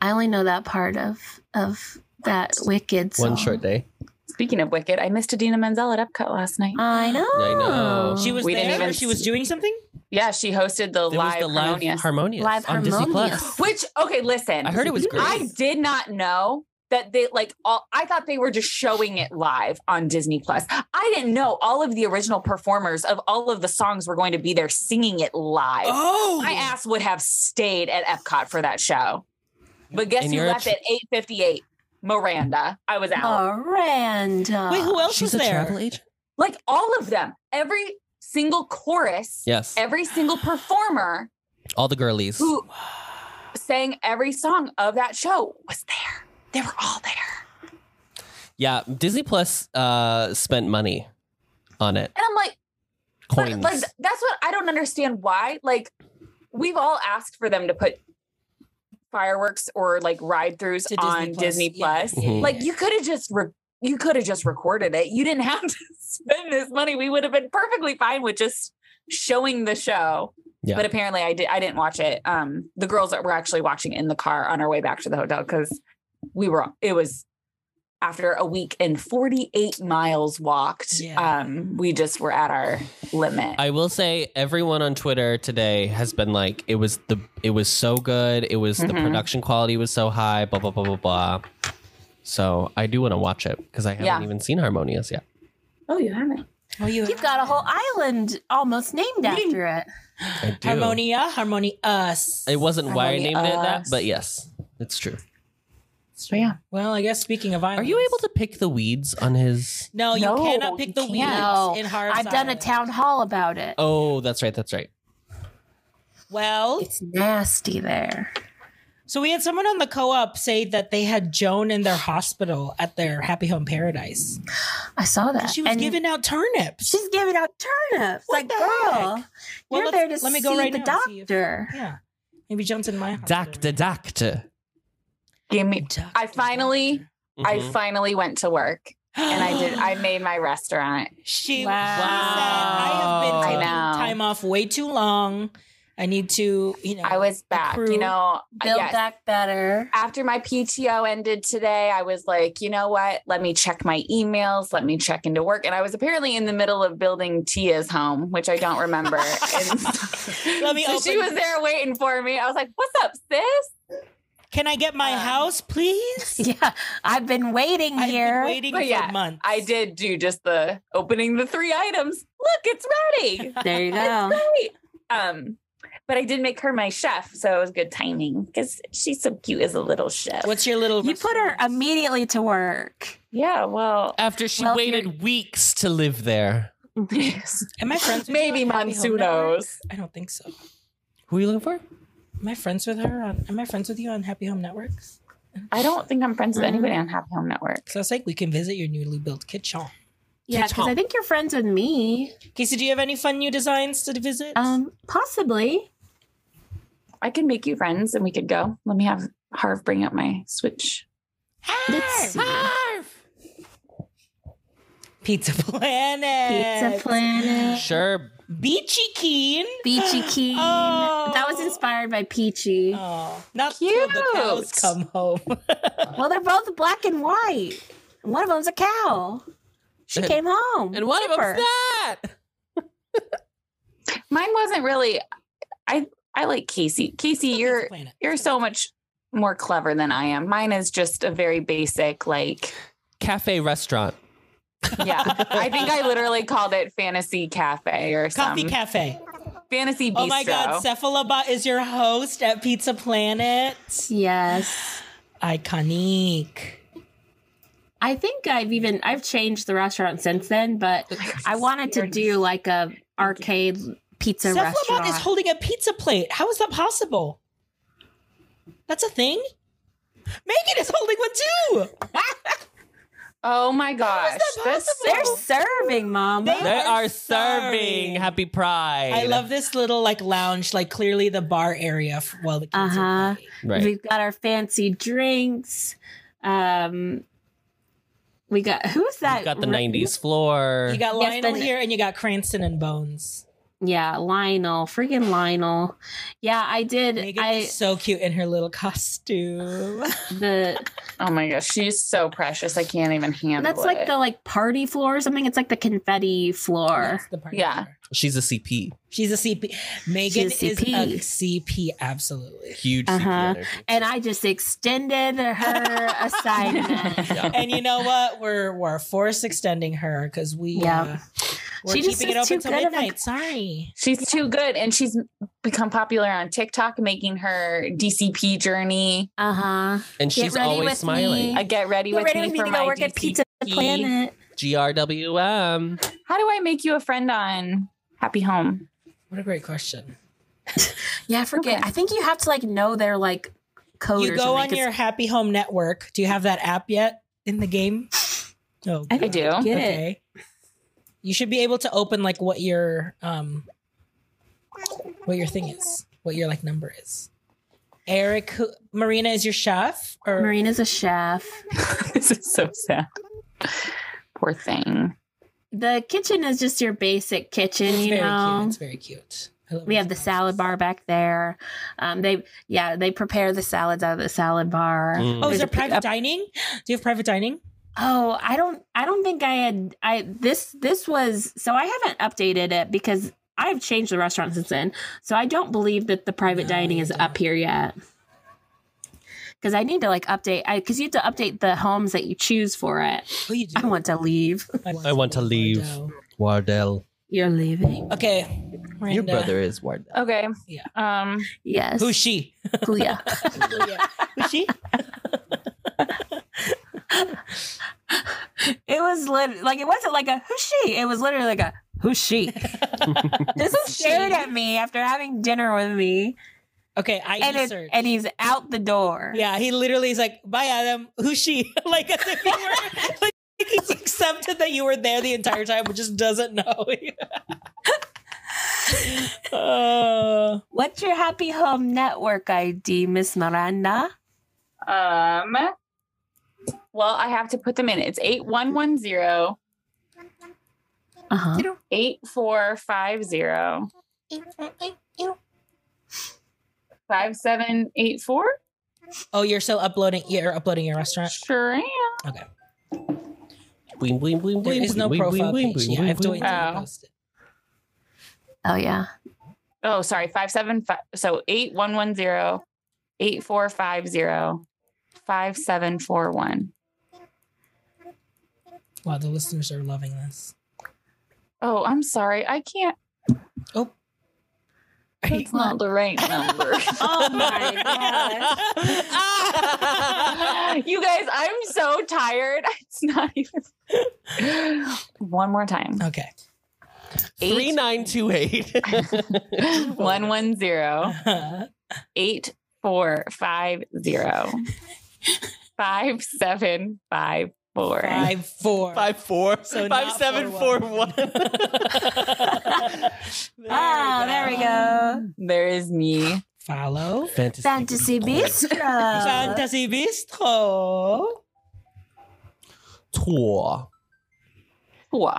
Speaker 4: I only know that part of of that wicked song.
Speaker 5: One short day.
Speaker 3: Speaking of Wicked, I missed Adina Menzel at Epcot last night.
Speaker 4: I know.
Speaker 5: I know.
Speaker 1: She was
Speaker 3: We didn't
Speaker 1: there.
Speaker 3: even
Speaker 1: or she was
Speaker 3: see-
Speaker 1: doing something.
Speaker 3: yeah, she hosted the
Speaker 5: There
Speaker 3: live,
Speaker 5: was the live
Speaker 3: Harmonious.
Speaker 5: harmonious
Speaker 4: Live
Speaker 5: on Disney Plus.
Speaker 4: Harmonious.
Speaker 3: Which okay, listen.
Speaker 5: I heard it was great.
Speaker 3: I did not know that they like all I thought they were just showing it live on Disney Plus. I didn't know all of the original performers of all of the songs were going to be there singing it live.
Speaker 1: Oh,
Speaker 3: My ass would have stayed at Epcot for that show. But guess
Speaker 5: And
Speaker 3: who
Speaker 5: you're a
Speaker 3: left
Speaker 5: tr-
Speaker 3: at 858? Miranda. I was out.
Speaker 4: Miranda.
Speaker 1: Wait, who else
Speaker 5: She's
Speaker 1: was
Speaker 5: a
Speaker 1: there?
Speaker 5: travel agent.
Speaker 3: like all of them. Every single chorus,
Speaker 5: Yes,
Speaker 3: every single performer
Speaker 5: all the girlies.
Speaker 3: who sang every song of that show was there. They were all there.
Speaker 5: Yeah, Disney Plus uh, spent money on it.
Speaker 3: And I'm like,
Speaker 5: coins.
Speaker 3: But, like that's what I don't understand why. Like we've all asked for them to put fireworks or like ride throughs
Speaker 1: To Disney
Speaker 3: on
Speaker 1: Plus.
Speaker 3: Disney
Speaker 1: Yeah.
Speaker 3: Plus.
Speaker 5: Mhm.
Speaker 3: Like you could have just re- you could have just recorded it. You didn't have to spend this money. We would have been perfectly fine with just showing the show.
Speaker 5: Yeah.
Speaker 3: But apparently I did I didn't watch it. Um the girls that were actually watching in the car on our way back to the hotel cuz we were it was after a week and 48 miles walked.
Speaker 1: Yeah.
Speaker 3: Um we just were at our limit.
Speaker 5: I will say everyone on Twitter today has been like, it was the it was so good. It was the
Speaker 3: Mhm.
Speaker 5: production quality was so high. Blah blah blah blah blah. So I do want to watch it because I haven't
Speaker 3: Yeah.
Speaker 5: even seen Harmonious yet.
Speaker 3: oh, you haven't.
Speaker 1: Oh, you
Speaker 4: You've got a whole island almost named after it.
Speaker 5: I do.
Speaker 1: harmonia, harmony us.
Speaker 5: It wasn't why I named it that,
Speaker 3: Harmonious.
Speaker 5: but yes, it's true.
Speaker 3: So yeah.
Speaker 1: Well, I guess speaking of
Speaker 5: Are
Speaker 1: islands,
Speaker 5: you able to pick the weeds on his?
Speaker 1: No, you
Speaker 3: No,
Speaker 1: cannot pick
Speaker 3: you
Speaker 1: the weeds
Speaker 3: can't.
Speaker 1: in hard.
Speaker 4: I've done a
Speaker 1: silence.
Speaker 4: town hall about it.
Speaker 5: Oh, that's right. That's right.
Speaker 1: Well,
Speaker 4: It's nasty there.
Speaker 1: So we had someone on the co-op say that they had Joan in their hospital at their Happy Home Paradise.
Speaker 4: I saw that.
Speaker 1: She was
Speaker 4: And
Speaker 1: giving out turnips.
Speaker 4: She's giving out turnips.
Speaker 1: What
Speaker 4: like,
Speaker 1: the
Speaker 4: girl,
Speaker 1: heck? Well,
Speaker 4: you're
Speaker 1: let's-
Speaker 4: there to
Speaker 1: let me
Speaker 4: see
Speaker 1: go right
Speaker 4: the
Speaker 1: now and see if-
Speaker 4: doctor.
Speaker 1: yeah, maybe Joan's in my hospital.
Speaker 5: Doctor, doctor.
Speaker 3: Give me
Speaker 1: Doctor,
Speaker 3: I finally-
Speaker 1: doctor.
Speaker 5: Mm-hmm.
Speaker 3: I finally went to work and I did I made my restaurant.
Speaker 1: She
Speaker 4: Wow.
Speaker 1: said, "I have been
Speaker 5: I
Speaker 1: taking
Speaker 3: know.
Speaker 1: time off way too long. I need to, you know."
Speaker 3: I was back,
Speaker 1: accrue-
Speaker 3: you know.
Speaker 4: Build
Speaker 3: yes.
Speaker 4: back better.
Speaker 3: After my PTO ended today, I was like, you know what? Let me check my emails. Let me check into work. And I was apparently in the middle of building Tia's home, which I don't remember. and
Speaker 1: Let me
Speaker 3: so
Speaker 1: open-
Speaker 3: she was there waiting for me. I was like, what's up, sis?
Speaker 1: Can I get my
Speaker 3: Um,
Speaker 1: house, please?
Speaker 4: Yeah, I've been waiting
Speaker 1: I've
Speaker 4: here.
Speaker 1: been waiting
Speaker 3: But
Speaker 1: for
Speaker 3: yeah,
Speaker 1: months.
Speaker 3: I did do just the opening the three items. Look, it's ready.
Speaker 4: There you go.
Speaker 3: Great. Um, but I did make her my chef, so it was good timing because she's so cute as a little chef.
Speaker 1: What's your little?
Speaker 4: you put her
Speaker 1: restaurant?
Speaker 4: immediately to work.
Speaker 3: yeah, well,
Speaker 5: After she
Speaker 4: Well,
Speaker 5: waited weeks to live there.
Speaker 1: Am I friends? With
Speaker 3: maybe
Speaker 1: her on Happy Home Network?
Speaker 3: Monsunos.
Speaker 1: I don't think so.
Speaker 5: Who are you looking for?
Speaker 1: Am I friends with her on? Am I friends with you on Happy Home Networks?
Speaker 3: I don't think I'm friends with
Speaker 1: Mm-hmm.
Speaker 3: anybody on Happy Home Network.
Speaker 1: So it's like we can visit your newly built kitchen.
Speaker 4: Yeah, because I think you're friends with me.
Speaker 1: Casey, do you have any fun new designs to visit?
Speaker 4: Um, possibly.
Speaker 3: I can make you friends, and we could go. Let me have Harv bring up my Switch.
Speaker 4: Let's see.
Speaker 1: Pizza Planet.
Speaker 4: Pizza Planet.
Speaker 5: Sure.
Speaker 1: Beachy Keen.
Speaker 4: Beachy Keen.
Speaker 1: Oh.
Speaker 4: That was inspired by Peachy.
Speaker 1: Oh, not till the cows
Speaker 3: Cute.
Speaker 1: come home.
Speaker 4: Well, they're both black and white. One of them's a cow. She
Speaker 5: And-
Speaker 4: came home.
Speaker 5: And one of
Speaker 4: Super.
Speaker 5: them's that.
Speaker 3: Mine wasn't really. I I like Casey. Casey,
Speaker 1: Pizza
Speaker 3: you're
Speaker 1: Planet.
Speaker 3: you're so much more clever than I am. Mine is just a very basic like.
Speaker 5: Cafe restaurant.
Speaker 3: Yeah, I think I literally called it Fantasy Cafe or
Speaker 1: Coffee
Speaker 3: something.
Speaker 1: Cafe.
Speaker 3: Fantasy Bistro.
Speaker 1: Oh my God, Cephalobot is your host at Pizza Planet.
Speaker 4: Yes.
Speaker 1: Iconic.
Speaker 4: I think I've even I've changed the restaurant since then, but I wanted to do like a arcade pizza
Speaker 1: Cephalobot
Speaker 4: restaurant.
Speaker 1: is holding a pizza plate. How is that possible? That's a thing. Megan is holding one too.
Speaker 3: Oh my gosh. That's
Speaker 4: They're
Speaker 3: so-
Speaker 4: serving, Mama.
Speaker 5: They are
Speaker 1: are serving.
Speaker 5: serving Happy Pride.
Speaker 1: I love this little like lounge, like clearly the bar area. f- While the kids
Speaker 4: Uh-huh.
Speaker 1: are playing.
Speaker 5: Right.
Speaker 4: We've got our fancy drinks. Um, we got who's that?
Speaker 5: Got the
Speaker 4: re-
Speaker 5: '90s floor.
Speaker 1: You got
Speaker 4: Yes,
Speaker 1: Lionel
Speaker 4: but-
Speaker 1: here, and you got Cranston and Bones.
Speaker 4: Yeah, Lionel, freaking Lionel. Yeah, I did.
Speaker 1: Megan
Speaker 4: I
Speaker 1: is so cute in her little costume.
Speaker 4: the
Speaker 3: oh my gosh. She's so precious. I can't even handle
Speaker 4: that's like
Speaker 3: it.
Speaker 4: the like party floor or something. It's like the confetti floor.
Speaker 1: That's the part
Speaker 3: Yeah.
Speaker 1: there.
Speaker 5: She's a CP.
Speaker 1: she's a CP. Megan
Speaker 4: She's a CP.
Speaker 1: is a CP. Absolutely.
Speaker 5: Huge
Speaker 4: Uh-huh.
Speaker 5: CP energy.
Speaker 4: And I just extended her assignment.
Speaker 5: Yeah.
Speaker 1: And you know what? We're we're forced extending her because we.
Speaker 4: Yeah.
Speaker 1: Uh, we're
Speaker 4: She just
Speaker 1: keeping it
Speaker 4: is
Speaker 1: open
Speaker 4: too
Speaker 1: till
Speaker 4: good of a-
Speaker 1: midnight. Sorry.
Speaker 3: she's too good. And she's become popular on TikTok, making her DCP journey.
Speaker 4: Uh huh.
Speaker 5: And
Speaker 4: Get
Speaker 5: she's
Speaker 4: ready
Speaker 5: always
Speaker 4: with
Speaker 5: smiling.
Speaker 4: me.
Speaker 3: I get ready
Speaker 4: You
Speaker 3: with
Speaker 4: ready
Speaker 3: me
Speaker 4: with me
Speaker 3: for
Speaker 4: to
Speaker 3: my
Speaker 4: go work at
Speaker 3: DCP.
Speaker 4: Pizza Planet?
Speaker 5: GRWM.
Speaker 3: How do I make you a friend on Happy Home?
Speaker 1: What a great question.
Speaker 4: Yeah, I forget.
Speaker 3: Okay.
Speaker 4: I think you have to like know their like code.
Speaker 1: You
Speaker 4: or
Speaker 1: go
Speaker 4: something,
Speaker 1: on
Speaker 4: 'cause
Speaker 1: your Happy Home Network. Do you have that app yet in the game? Oh,
Speaker 4: I
Speaker 3: I do.
Speaker 1: God.
Speaker 4: Get it.
Speaker 1: okay. You should be able to open like what your um what your thing is, what your like number is. Eric, who, Marina is your chef, or
Speaker 4: Marina's a chef.
Speaker 3: this is so sad. Poor thing.
Speaker 4: The kitchen is just your basic kitchen,
Speaker 1: it's
Speaker 4: you
Speaker 1: very
Speaker 4: know.
Speaker 1: cute. It's very cute. I love
Speaker 4: We
Speaker 1: these
Speaker 4: have the
Speaker 1: boxes.
Speaker 4: salad bar back there. Um, they, yeah, they prepare the salads out of the salad bar.
Speaker 1: Oh, is
Speaker 4: There's
Speaker 1: there
Speaker 4: a pick-
Speaker 1: private
Speaker 4: a-
Speaker 1: dining? Do you have private dining?
Speaker 4: Oh, I don't, I don't think I had. I this this was so I haven't updated it because I've changed the restaurant since then. So I don't believe that the private
Speaker 1: No,
Speaker 4: dining
Speaker 1: you
Speaker 4: is
Speaker 1: don't.
Speaker 4: up here yet. Because I need to like update. I because you have to update the homes that you choose for it.
Speaker 1: Oh, you do.
Speaker 4: I want to leave.
Speaker 5: I want to leave. Wardell.
Speaker 4: You're leaving.
Speaker 1: Okay, Miranda.
Speaker 2: Your brother is Wardell.
Speaker 1: Oh.
Speaker 3: Okay.
Speaker 1: Yeah.
Speaker 3: Um.
Speaker 4: Yes.
Speaker 1: Who's she?
Speaker 4: Julia.
Speaker 1: Who's she?
Speaker 4: It was lit- like it wasn't like a who's she. It was literally like a who's she. Just stared at me after having dinner with me,
Speaker 1: Okay, I
Speaker 4: and it,
Speaker 1: search.
Speaker 4: and he's out the door.
Speaker 1: Yeah, he literally is like, "Bye, Adam. Who's she?" like as if he were like he's accepted that you were there the entire time, but just doesn't know. uh,
Speaker 4: What's your happy home network ID, Miss Miranda?
Speaker 3: Um. Well, I have to put them in. It's eight one one zero
Speaker 4: Uh huh.
Speaker 3: eight four five zero five seven eight four.
Speaker 1: oh, you're still uploading. You're uploading your restaurant.
Speaker 3: Sure am.
Speaker 5: Bling, bling, bling,
Speaker 1: There
Speaker 5: bling,
Speaker 1: is no
Speaker 5: bling, bling,
Speaker 1: profile
Speaker 5: bling,
Speaker 1: page.
Speaker 5: bling,
Speaker 1: Yeah, I have to
Speaker 5: bling,
Speaker 1: wait until you
Speaker 3: Wow.
Speaker 1: post it.
Speaker 4: Oh yeah.
Speaker 3: Oh, sorry. Five seven five. So eight one one zero eight four five zero five seven four one.
Speaker 1: Wow, the listeners are loving this.
Speaker 3: Oh, I'm sorry. I can't. It's not the right number.
Speaker 4: Oh my god.
Speaker 3: you guys, I'm so tired. It's not even. One more time.
Speaker 1: Okay.
Speaker 5: Three
Speaker 3: Eight
Speaker 5: nine two eight.
Speaker 3: one one zero
Speaker 1: Uh-huh.
Speaker 3: eight four five zero five seven five four.
Speaker 1: Five, four.
Speaker 5: Five four.
Speaker 1: So
Speaker 5: five
Speaker 1: not
Speaker 5: seven
Speaker 1: four
Speaker 5: four
Speaker 1: one.
Speaker 5: one.
Speaker 4: Oh, there we go.
Speaker 3: There is me.
Speaker 1: Follow.
Speaker 5: Fantasy,
Speaker 4: Fantasy Bistro.
Speaker 1: Uh, Fantasy Bistro.
Speaker 5: Tour.
Speaker 3: Whoa.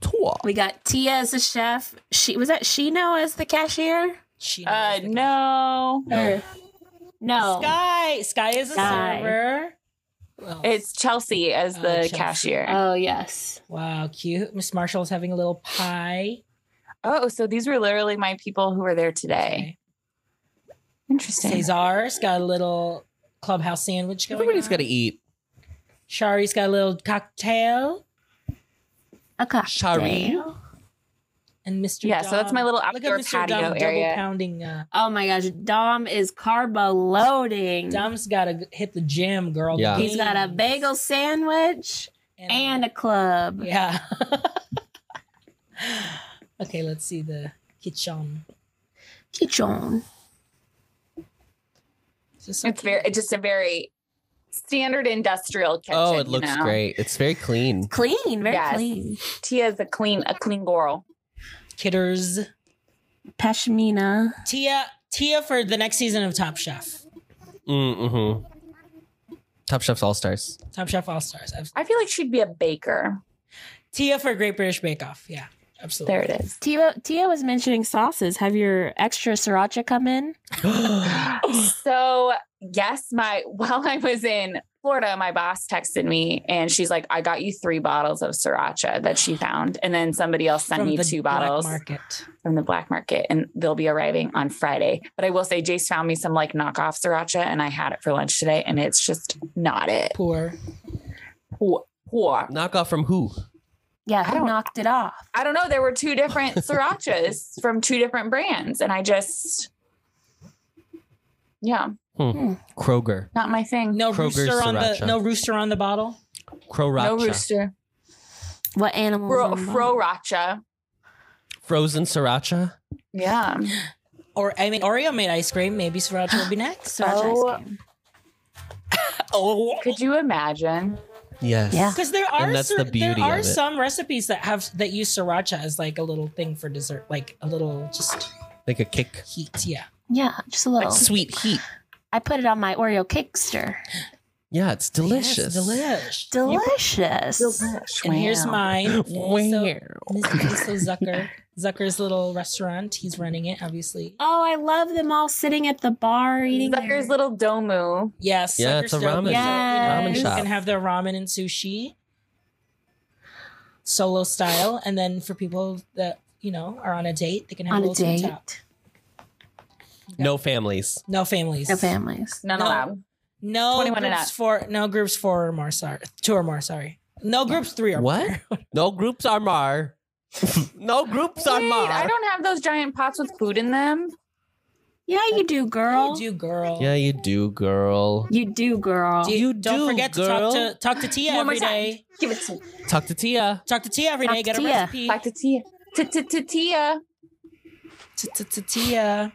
Speaker 5: Tour.
Speaker 4: We got Tia as the chef. She was that Shino as the cashier.
Speaker 1: She
Speaker 3: Uh,
Speaker 1: knows the
Speaker 3: no,
Speaker 4: Or- No.
Speaker 1: Sky. Sky is a
Speaker 4: Sky.
Speaker 1: server. Well,
Speaker 3: Uh, it's Chelsea as
Speaker 1: Oh,
Speaker 3: the
Speaker 1: Chelsea.
Speaker 3: cashier.
Speaker 4: Oh yes.
Speaker 1: wow, cute. Miss Marshall's having a little pie.
Speaker 3: oh, so these were literally my people who were there today.
Speaker 1: Okay.
Speaker 3: Interesting.
Speaker 1: Cesar's got a little clubhouse sandwich going.
Speaker 5: Everybody's
Speaker 1: on.
Speaker 5: got to eat.
Speaker 1: Shari's got a little cocktail,
Speaker 4: A
Speaker 5: Shari.
Speaker 4: cocktail.
Speaker 1: and Mr.
Speaker 3: Yeah, so that's my
Speaker 1: Dom-
Speaker 3: little
Speaker 1: Look at
Speaker 3: outdoor
Speaker 1: Mr.
Speaker 3: patio
Speaker 1: Dom double
Speaker 3: area.
Speaker 1: pounding. Uh,
Speaker 4: Oh my gosh, Dom is carbo loading.
Speaker 1: Dom's got to hit the gym, girl.
Speaker 5: Yeah.
Speaker 4: He's got a bagel sandwich and a club.
Speaker 1: yeah. okay, let's see the kitchen.
Speaker 4: Kitchen.
Speaker 1: This is so cute.
Speaker 3: It's very it's just a very standard industrial kitchen.
Speaker 5: Oh, it
Speaker 3: you
Speaker 5: looks
Speaker 3: know?
Speaker 5: great. It's very clean.
Speaker 4: Clean, very
Speaker 3: Yes.
Speaker 4: clean.
Speaker 3: Tia's a clean a clean girl.
Speaker 1: Kidders.
Speaker 4: Pashmina.
Speaker 1: Tia. Tia for the next season of Top Chef.
Speaker 5: Mm-hmm. Top Chef's All Stars.
Speaker 1: Top Chef All Stars.
Speaker 3: I feel like she'd be a baker.
Speaker 1: Tia for Great British Bake Off. Yeah, absolutely.
Speaker 3: There it is.
Speaker 4: Tia, Tia was mentioning sauces. Have your extra sriracha come in?
Speaker 1: Oh.
Speaker 3: so yes, my while I was in Florida, my boss texted me and she's like, I got you three bottles of sriracha that she found. And then somebody else sent me two
Speaker 1: black
Speaker 3: bottles
Speaker 1: market.
Speaker 3: from the black market and they'll be arriving on Friday. But I will say Jace found me some like knockoff sriracha and I had it for lunch today and it's just not it.
Speaker 1: Poor.
Speaker 3: Poor. Poor.
Speaker 5: Knock off from who?
Speaker 4: Yeah,
Speaker 3: I
Speaker 4: who
Speaker 3: don't-
Speaker 4: knocked it off?
Speaker 3: I don't know. There were two different srirachas from two different brands, and I just, yeah,
Speaker 5: Kroger.
Speaker 3: not my thing.
Speaker 1: No
Speaker 5: Kroger's
Speaker 1: rooster on the
Speaker 5: sriracha.
Speaker 1: no rooster on the bottle.
Speaker 5: Croracha.
Speaker 3: No rooster.
Speaker 4: What animal? was
Speaker 3: Fro-
Speaker 4: on the
Speaker 3: Froracha.
Speaker 5: Frozen Sriracha.
Speaker 3: Yeah.
Speaker 1: Or I mean, Oreo made ice cream. Maybe sriracha will be next.
Speaker 4: sriracha ice
Speaker 3: Oh.
Speaker 4: cream?
Speaker 1: Oh,
Speaker 3: Could you imagine?
Speaker 5: Yes.
Speaker 4: Yeah.
Speaker 1: Because there are
Speaker 5: And that's
Speaker 1: cer-
Speaker 5: the beauty
Speaker 1: there are
Speaker 5: of it.
Speaker 1: some recipes that have that use sriracha as like a little thing for dessert, like a little just
Speaker 5: Like a kick.
Speaker 1: heat. Yeah,
Speaker 4: Yeah, just a little.
Speaker 5: Like sweet heat.
Speaker 4: I put it on my Oreo cake stir.
Speaker 5: Yeah, it's delicious.
Speaker 1: yes, delish.
Speaker 4: Delicious.
Speaker 1: And here's
Speaker 3: Wow.
Speaker 1: mine. So,
Speaker 5: Wow.
Speaker 1: this is so Zucker, Zucker's little restaurant. He's running it, obviously.
Speaker 4: Oh, I love them all sitting at the bar eating.
Speaker 3: Zucker's
Speaker 4: their-
Speaker 3: little domu.
Speaker 1: Yes.
Speaker 5: Yeah, it's a ramen-
Speaker 4: ramen
Speaker 1: You
Speaker 5: shop.
Speaker 1: can have their ramen and sushi, solo style, and then for people that you know are on a date, they can have
Speaker 4: on
Speaker 1: a
Speaker 4: a
Speaker 1: little sweet tap.
Speaker 4: date.
Speaker 5: No families.
Speaker 1: No families.
Speaker 4: No families.
Speaker 3: None
Speaker 1: No.
Speaker 3: allowed.
Speaker 1: No
Speaker 3: 21 and
Speaker 1: groups
Speaker 3: up.
Speaker 1: four. No groups four or more. Sorry, two or more. Sorry. No groups three or
Speaker 5: What?
Speaker 1: more.
Speaker 5: No groups are mar. no groups are
Speaker 3: Wait,
Speaker 5: mar.
Speaker 3: I don't have those giant pots with food in them.
Speaker 4: Yeah, you do, girl.
Speaker 1: You do girl.
Speaker 5: yeah, you do, girl.
Speaker 4: You do, girl.
Speaker 1: Do,
Speaker 5: You
Speaker 1: not
Speaker 5: do,
Speaker 1: forget
Speaker 5: girl.
Speaker 1: to talk to talk to Tia
Speaker 3: One more
Speaker 1: every
Speaker 3: time.
Speaker 1: day.
Speaker 3: Give it to me.
Speaker 5: Talk to Tia.
Speaker 1: Talk to Tia every
Speaker 4: Talk
Speaker 1: day.
Speaker 4: to
Speaker 1: Get a
Speaker 4: Tia.
Speaker 1: recipe.
Speaker 3: Back to Tia. To- to- to Tia.
Speaker 1: T- t- t- Tia.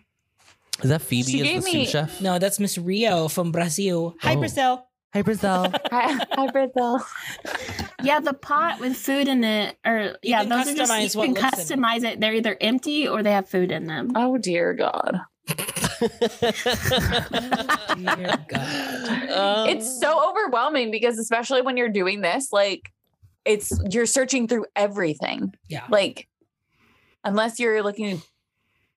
Speaker 5: Is that Phoebe
Speaker 3: She gave
Speaker 5: is the
Speaker 3: me-
Speaker 5: sous chef?
Speaker 1: No, that's Miss Rio from Brazil. Hi,
Speaker 5: Oh.
Speaker 1: Brazil.
Speaker 5: Hey, Brazil.
Speaker 3: Hi, hi, Brazil.
Speaker 4: Yeah, the pot with food in it, or yeah,
Speaker 1: can
Speaker 4: those are
Speaker 1: customize
Speaker 4: just you
Speaker 1: what
Speaker 4: can
Speaker 1: lives in it.
Speaker 4: customize it. They're either empty or they have food in them.
Speaker 3: Oh dear God.
Speaker 1: Dear God.
Speaker 5: Um,
Speaker 3: It's so overwhelming because especially when you're doing this, like it's you're searching through everything.
Speaker 1: Yeah.
Speaker 3: Like unless you're looking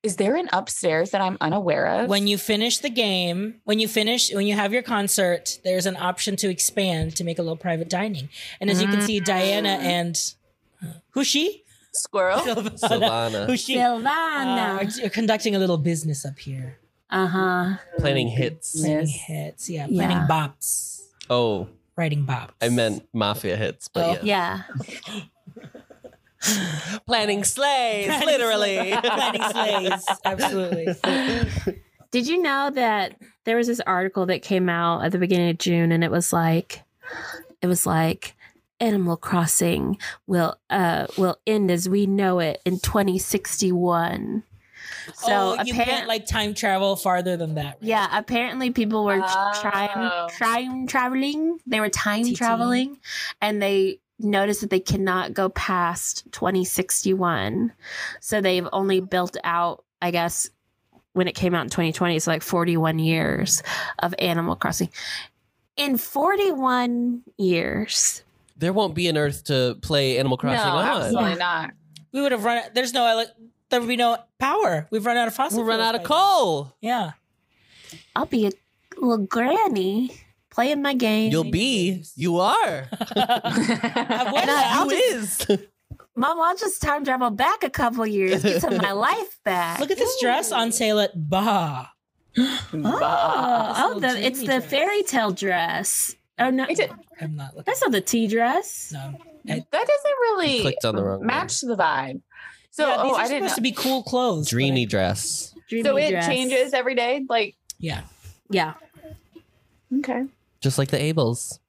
Speaker 3: is there an upstairs that I'm unaware of?
Speaker 1: When you finish the game, when you finish, when you have your concert, there's an option to expand to make a little private dining. And as you can see, Diana
Speaker 4: Mm.
Speaker 1: and uh, who's she?
Speaker 3: squirrel.
Speaker 5: Oh, Silvana
Speaker 1: Who's she? Uh,
Speaker 4: Silvana.
Speaker 1: are- are conducting a little business up here.
Speaker 4: Uh huh.
Speaker 5: planning hits.
Speaker 3: Yes.
Speaker 1: Planning hits, yeah. Planning
Speaker 4: Yeah.
Speaker 1: bops,
Speaker 5: Oh,
Speaker 1: writing bops.
Speaker 5: I meant mafia hits, but
Speaker 1: Oh.
Speaker 5: yeah.
Speaker 4: Yeah.
Speaker 5: planning slays, literally.
Speaker 1: planning slays. Absolutely.
Speaker 4: Did you know that there was this article that came out at the beginning of June and it was like it was like Animal Crossing will uh will end as we know it in 2061. So
Speaker 1: oh, you can't
Speaker 4: apparent-
Speaker 1: like time travel farther than that. right?
Speaker 4: yeah, apparently people were
Speaker 3: Oh.
Speaker 4: time time traveling. They were time
Speaker 1: TT.
Speaker 4: traveling and they noticed that they cannot go past 2061. So they've only built out, I guess, when it came out in 2020, it's like 41 years of Animal Crossing. In 41 years,
Speaker 5: there won't be an Earth to play Animal
Speaker 3: no,
Speaker 5: Crossing on.
Speaker 3: absolutely not.
Speaker 1: We would have run there's no like there would be no power. We've run out of fossil
Speaker 5: We'll run
Speaker 1: fuels
Speaker 5: out of
Speaker 1: by
Speaker 5: coal.
Speaker 1: then. Yeah.
Speaker 4: I'll be a little granny playing my game.
Speaker 5: You'll be. You are.
Speaker 1: What
Speaker 4: And I-
Speaker 1: now?
Speaker 5: Who is?
Speaker 4: Mom, I'll just time travel back a couple years, get some of my life back.
Speaker 1: Look at this dress on sale at Bah.
Speaker 4: Oh,
Speaker 1: This
Speaker 4: oh
Speaker 1: little
Speaker 4: the, it's
Speaker 1: genie
Speaker 4: the
Speaker 1: dress.
Speaker 4: fairy tale dress. Oh no,
Speaker 3: It-
Speaker 1: I'm not looking.
Speaker 4: that's not the tea dress.
Speaker 1: no.
Speaker 3: that doesn't
Speaker 5: You
Speaker 3: really
Speaker 5: clicked on the wrong one.
Speaker 3: match the vibe. So
Speaker 1: yeah, these
Speaker 3: oh
Speaker 1: are
Speaker 3: I
Speaker 1: supposed
Speaker 3: didn't
Speaker 1: to be cool clothes. but
Speaker 5: Dreamy dress.
Speaker 4: Dreamy
Speaker 3: so it
Speaker 4: dress.
Speaker 3: changes every day. Like
Speaker 1: I- yeah.
Speaker 4: Yeah,
Speaker 3: okay.
Speaker 5: Just like the Abels.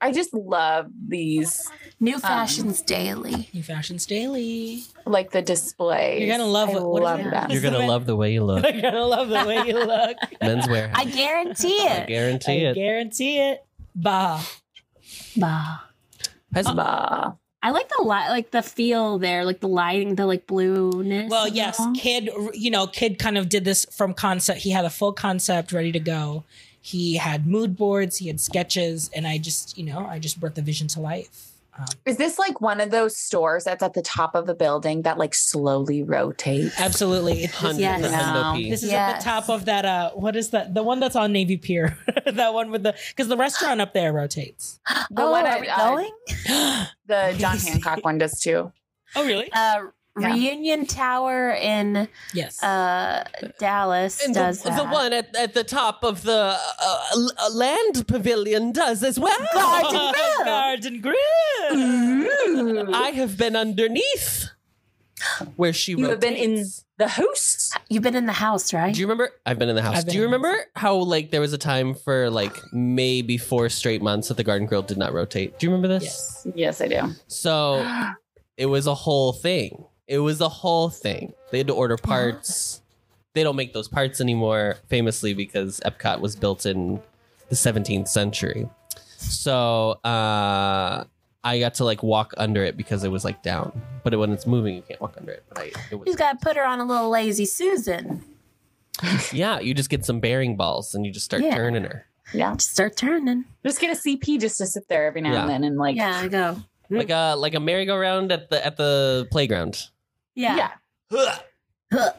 Speaker 3: I just love these
Speaker 4: new fashions daily.
Speaker 1: New fashions daily.
Speaker 3: like the displays.
Speaker 1: You're gonna love
Speaker 3: I
Speaker 1: it. What is
Speaker 3: love
Speaker 1: it?
Speaker 3: them.
Speaker 5: You're going to love the way you look.
Speaker 1: You're gonna love the way you look.
Speaker 5: Menswear.
Speaker 4: I guarantee
Speaker 5: I
Speaker 4: it.
Speaker 5: guarantee
Speaker 1: I
Speaker 5: it.
Speaker 1: guarantee it. Bah.
Speaker 4: Bah.
Speaker 5: Has-
Speaker 3: Bah.
Speaker 4: I like the light, like the feel there, like the lighting, the like blueness.
Speaker 1: Well,
Speaker 4: and
Speaker 1: yes,
Speaker 4: all.
Speaker 1: Kid, you know, Kid kind of did this from concept. He had a full concept ready to go. He had mood boards, he had sketches, and I just, you know, I just brought the vision to life. Um,
Speaker 3: Is this like one of those stores that's at the top of a building that like slowly rotates?
Speaker 1: absolutely.
Speaker 5: 100%
Speaker 4: Yes.
Speaker 5: no pee.
Speaker 1: This is at the
Speaker 4: Yes.
Speaker 1: top of that. Uh, what is that? The one that's on Navy Pier. that one with the because the restaurant up there rotates.
Speaker 3: The
Speaker 4: oh,
Speaker 3: one
Speaker 4: are
Speaker 3: at,
Speaker 4: we
Speaker 3: uh,
Speaker 4: going?
Speaker 1: oh,
Speaker 3: The John Hancock one does too.
Speaker 5: Oh,
Speaker 1: really?
Speaker 4: Uh,
Speaker 3: Yeah.
Speaker 4: Reunion Tower in
Speaker 1: Yes.
Speaker 4: uh, Dallas
Speaker 5: And
Speaker 4: does
Speaker 5: the, the
Speaker 4: that.
Speaker 5: one at, at the top of the uh, uh, uh, land pavilion does as well.
Speaker 4: Garden Grill.
Speaker 1: Oh, Garden Grill.
Speaker 4: Mm. Mm-hmm.
Speaker 5: I have been underneath where she
Speaker 3: You have been in
Speaker 5: rotates.
Speaker 3: the host.
Speaker 4: You've been in the house, right?
Speaker 5: Do you remember? I've been in the house.
Speaker 1: I've been
Speaker 5: Do you
Speaker 1: in the house.
Speaker 5: remember how like there was a time for like maybe four straight months that the Garden Grill did not rotate? Do you remember this?
Speaker 1: Yes.
Speaker 3: Yes, I do.
Speaker 5: So it was a whole thing. It was a whole thing. They had to order parts. They don't make those parts anymore, famously because Epcot was built in the 17th century. So uh, I got to like walk under it because it was like down. But it, when it's moving, you can't walk under it. But I, it was,
Speaker 4: He's got to put her on a little lazy Susan.
Speaker 5: yeah, you just get some bearing balls and you just start
Speaker 4: Yeah.
Speaker 5: turning her.
Speaker 3: Yeah.
Speaker 4: Just start turning.
Speaker 3: Just get a CP just to sit there every now
Speaker 5: Yeah.
Speaker 3: and then and like
Speaker 4: yeah, I go.
Speaker 1: Mm.
Speaker 5: like a like a merry-go-round at the at the playground.
Speaker 4: Yeah.
Speaker 3: Yeah.
Speaker 4: Huh.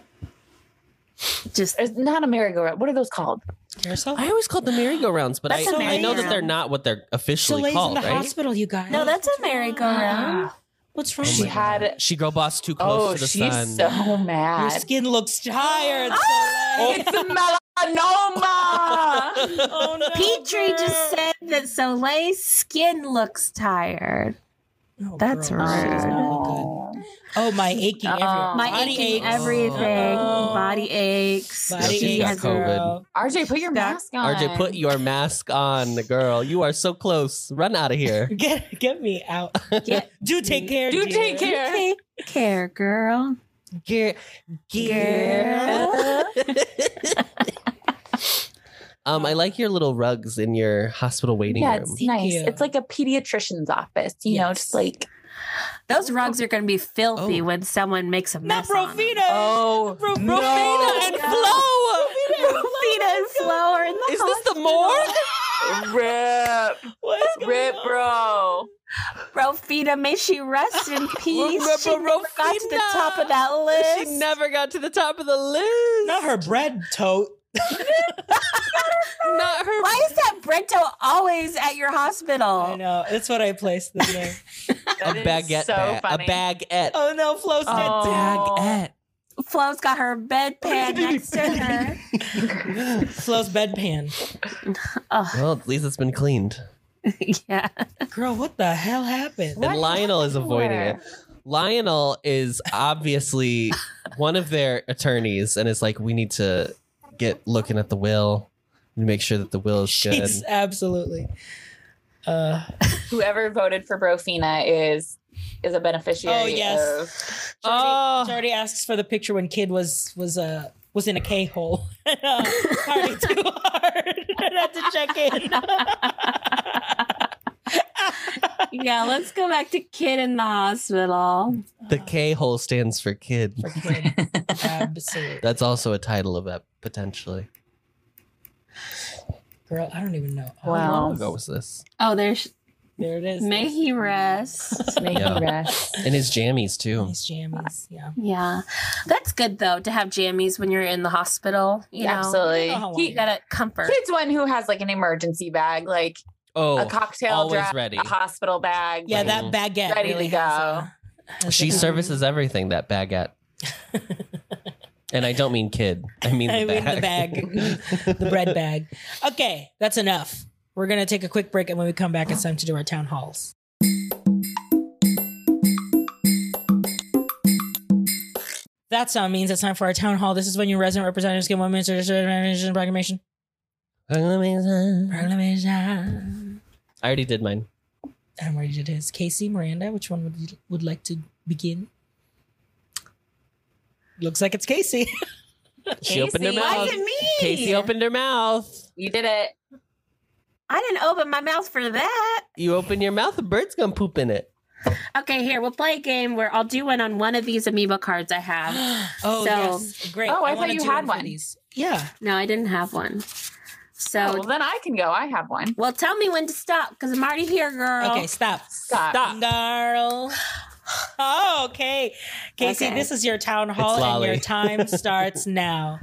Speaker 4: Just
Speaker 3: It's not a merry-go-round. What are those called?
Speaker 1: Carousel?
Speaker 5: I always called them merry-go-rounds, but I,
Speaker 4: That's a
Speaker 5: I know that
Speaker 4: merry-go-round.
Speaker 5: they're not what they're officially
Speaker 1: Shalays in
Speaker 5: called,
Speaker 1: the
Speaker 5: right?
Speaker 1: hospital, you guys.
Speaker 4: no, that's a merry-go-round.
Speaker 1: Oh What's
Speaker 5: Oh
Speaker 1: wrong?
Speaker 3: She
Speaker 1: with you?
Speaker 3: had
Speaker 5: She girl boss too close
Speaker 3: Oh,
Speaker 5: to the
Speaker 3: she's
Speaker 5: sun.
Speaker 3: so
Speaker 1: Your
Speaker 3: mad.
Speaker 1: skin looks tired.
Speaker 4: Oh,
Speaker 1: Soleil.
Speaker 3: It's melanoma.
Speaker 1: oh no,
Speaker 4: Petrie
Speaker 1: girl.
Speaker 4: just said that Soleil's skin looks tired.
Speaker 1: Oh,
Speaker 4: That's
Speaker 1: girl, she does not look good. Oh, my achy
Speaker 3: Oh.
Speaker 1: everywhere.
Speaker 4: My
Speaker 1: body
Speaker 4: aching
Speaker 1: aches.
Speaker 4: everything,
Speaker 1: Oh.
Speaker 4: body aches.
Speaker 1: Body
Speaker 5: She's
Speaker 1: aches,
Speaker 5: got COVID.
Speaker 1: girl.
Speaker 3: RJ, put your
Speaker 4: That-
Speaker 3: mask on.
Speaker 5: RJ, put your mask on, girl. You are so close. Run out of here.
Speaker 1: Get get me out.
Speaker 4: Get-
Speaker 1: Do take care.
Speaker 3: Do
Speaker 1: dear.
Speaker 3: take care.
Speaker 4: Take care, girl.
Speaker 5: Gear,
Speaker 4: Girl.
Speaker 5: um, I like your little rugs in your hospital waiting
Speaker 3: Yeah,
Speaker 5: room.
Speaker 3: it's nice.
Speaker 1: you.
Speaker 3: It's like a pediatrician's office, you know,
Speaker 1: Yes.
Speaker 3: just like
Speaker 4: Those rugs are going to be filthy
Speaker 5: Oh.
Speaker 4: when someone makes a
Speaker 1: Not
Speaker 4: mess. on them.
Speaker 1: Rofita.
Speaker 3: oh,
Speaker 1: Ro- Rofita and
Speaker 3: no.
Speaker 1: Flo. Rofita and
Speaker 4: Rofita and Flo are in the
Speaker 5: Is this the
Speaker 4: hospital.
Speaker 5: morgue?
Speaker 3: rip,
Speaker 1: What is going
Speaker 3: rip,
Speaker 1: on?
Speaker 3: bro.
Speaker 4: Rofita, may she rest in peace.
Speaker 5: Remember
Speaker 4: she never got to the
Speaker 5: Rofita.
Speaker 4: top of that list.
Speaker 5: She never got to the top of the list.
Speaker 1: Not her bread tote.
Speaker 5: Not her.
Speaker 4: Why is that Brento always at your
Speaker 1: I
Speaker 4: hospital?
Speaker 1: know. That's what I placed the name.
Speaker 3: That
Speaker 5: a
Speaker 3: is
Speaker 5: baguette.
Speaker 3: so
Speaker 5: ba-
Speaker 3: funny.
Speaker 5: A baguette.
Speaker 1: Oh no, Flo's dead.
Speaker 3: Oh.
Speaker 4: Flo's got her bedpan next to her.
Speaker 1: Flo's bedpan.
Speaker 4: Oh,
Speaker 5: Well, at least it's been cleaned.
Speaker 4: yeah.
Speaker 1: Girl, what the hell happened?
Speaker 5: And Lionel is avoiding it. Lionel is obviously one of their attorneys and is like, we need to get looking at the will and make sure that the will is good.
Speaker 1: She's absolutely. Uh,
Speaker 3: Whoever voted for Brofina is is a beneficiary.
Speaker 1: Oh, yes.
Speaker 3: of-
Speaker 5: Oh.
Speaker 1: Jordy asks for the picture when kid was was uh, was in a K hole. Party too hard. I had to check in.
Speaker 4: Yeah, let's go back to kid in the hospital.
Speaker 5: The K hole stands for kid.
Speaker 1: For kid. Absolutely.
Speaker 5: That's also a title of that potentially.
Speaker 1: Girl, I don't even know. Oh,
Speaker 3: Wow.
Speaker 5: How long ago was this?
Speaker 4: Oh, there's
Speaker 1: There it is.
Speaker 4: may he rest.
Speaker 3: May he
Speaker 5: Yeah.
Speaker 3: rest.
Speaker 5: And his jammies too.
Speaker 1: Nice jammies. Yeah.
Speaker 4: Yeah. That's good though to have jammies when you're in the hospital. You know,
Speaker 3: Absolutely.
Speaker 1: You know how I
Speaker 4: you gotta comfort.
Speaker 3: Kid's one who has like an emergency bag, like
Speaker 5: Oh,
Speaker 3: a cocktail
Speaker 5: always
Speaker 3: dress,
Speaker 5: ready.
Speaker 3: a hospital bag.
Speaker 1: Yeah, that
Speaker 3: like-
Speaker 1: baguette
Speaker 3: Ready to
Speaker 1: really
Speaker 3: go.
Speaker 1: has a- has
Speaker 5: she
Speaker 1: a-
Speaker 5: services everything that baguette. and I don't mean kid. I mean the
Speaker 1: I mean the
Speaker 5: bag.
Speaker 1: bag. the bread bag. Okay, that's enough. We're gonna take a quick break, and when we come back, it's time to do our town halls. That sound means it's time for our town hall. This is when your resident representatives get one minute to representative proclamation.
Speaker 5: I
Speaker 1: Proclamation.
Speaker 5: already did mine.
Speaker 1: And where did his Casey Miranda? Which one would you would like to begin? Looks like it's Casey.
Speaker 5: She opened her
Speaker 3: Casey.
Speaker 4: Why
Speaker 5: mouth.
Speaker 4: is it me?
Speaker 5: Casey opened her mouth.
Speaker 3: You did it.
Speaker 4: I didn't open my mouth for that.
Speaker 5: You open your mouth, a bird's gonna poop in it.
Speaker 4: Okay, here we'll play a game where I'll do one on one of these amiibo cards I have.
Speaker 1: oh
Speaker 4: So-
Speaker 1: yes, great.
Speaker 3: Um, Oh, I thought
Speaker 1: wanna
Speaker 3: you
Speaker 1: do
Speaker 3: had
Speaker 1: for
Speaker 3: one.
Speaker 1: These. Yeah,
Speaker 4: No, I didn't have one. So,
Speaker 3: Oh, well, then I can go. I have one.
Speaker 4: well, tell me when to stop because I'm already here, girl.
Speaker 1: Okay, stop.
Speaker 3: Stop.
Speaker 1: Girl. Oh, okay. Casey,
Speaker 4: Okay.
Speaker 1: this is your town hall
Speaker 5: It's
Speaker 1: and
Speaker 5: Lolly.
Speaker 1: your time starts now.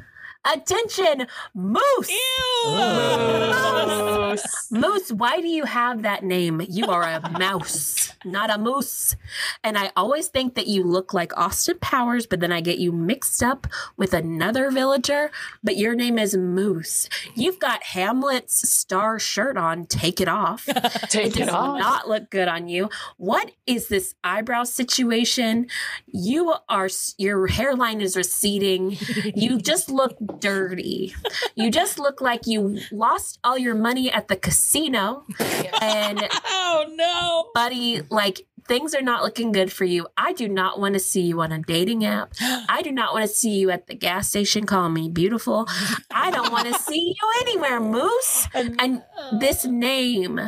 Speaker 4: Attention, Moose.
Speaker 1: Ew.
Speaker 5: Oh.
Speaker 4: Moose, why do you have that name? You are a mouse, not a moose. And I always think that you look like Austin Powers, but then I get you mixed up with another villager. But your name is Moose. You've got Hamlet's star shirt on. Take it off. It
Speaker 3: Take it
Speaker 4: does
Speaker 3: off.
Speaker 4: not look good on you. What is this eyebrow situation? You are your hairline is receding. You just look dirty. You just look like you lost all your money at the casino and
Speaker 1: oh no.
Speaker 4: buddy, like things are not looking good for you. I do not want to see you on a dating app. I do not want to see you at the gas station calling me beautiful. I don't want to see you anywhere, Moose. And this name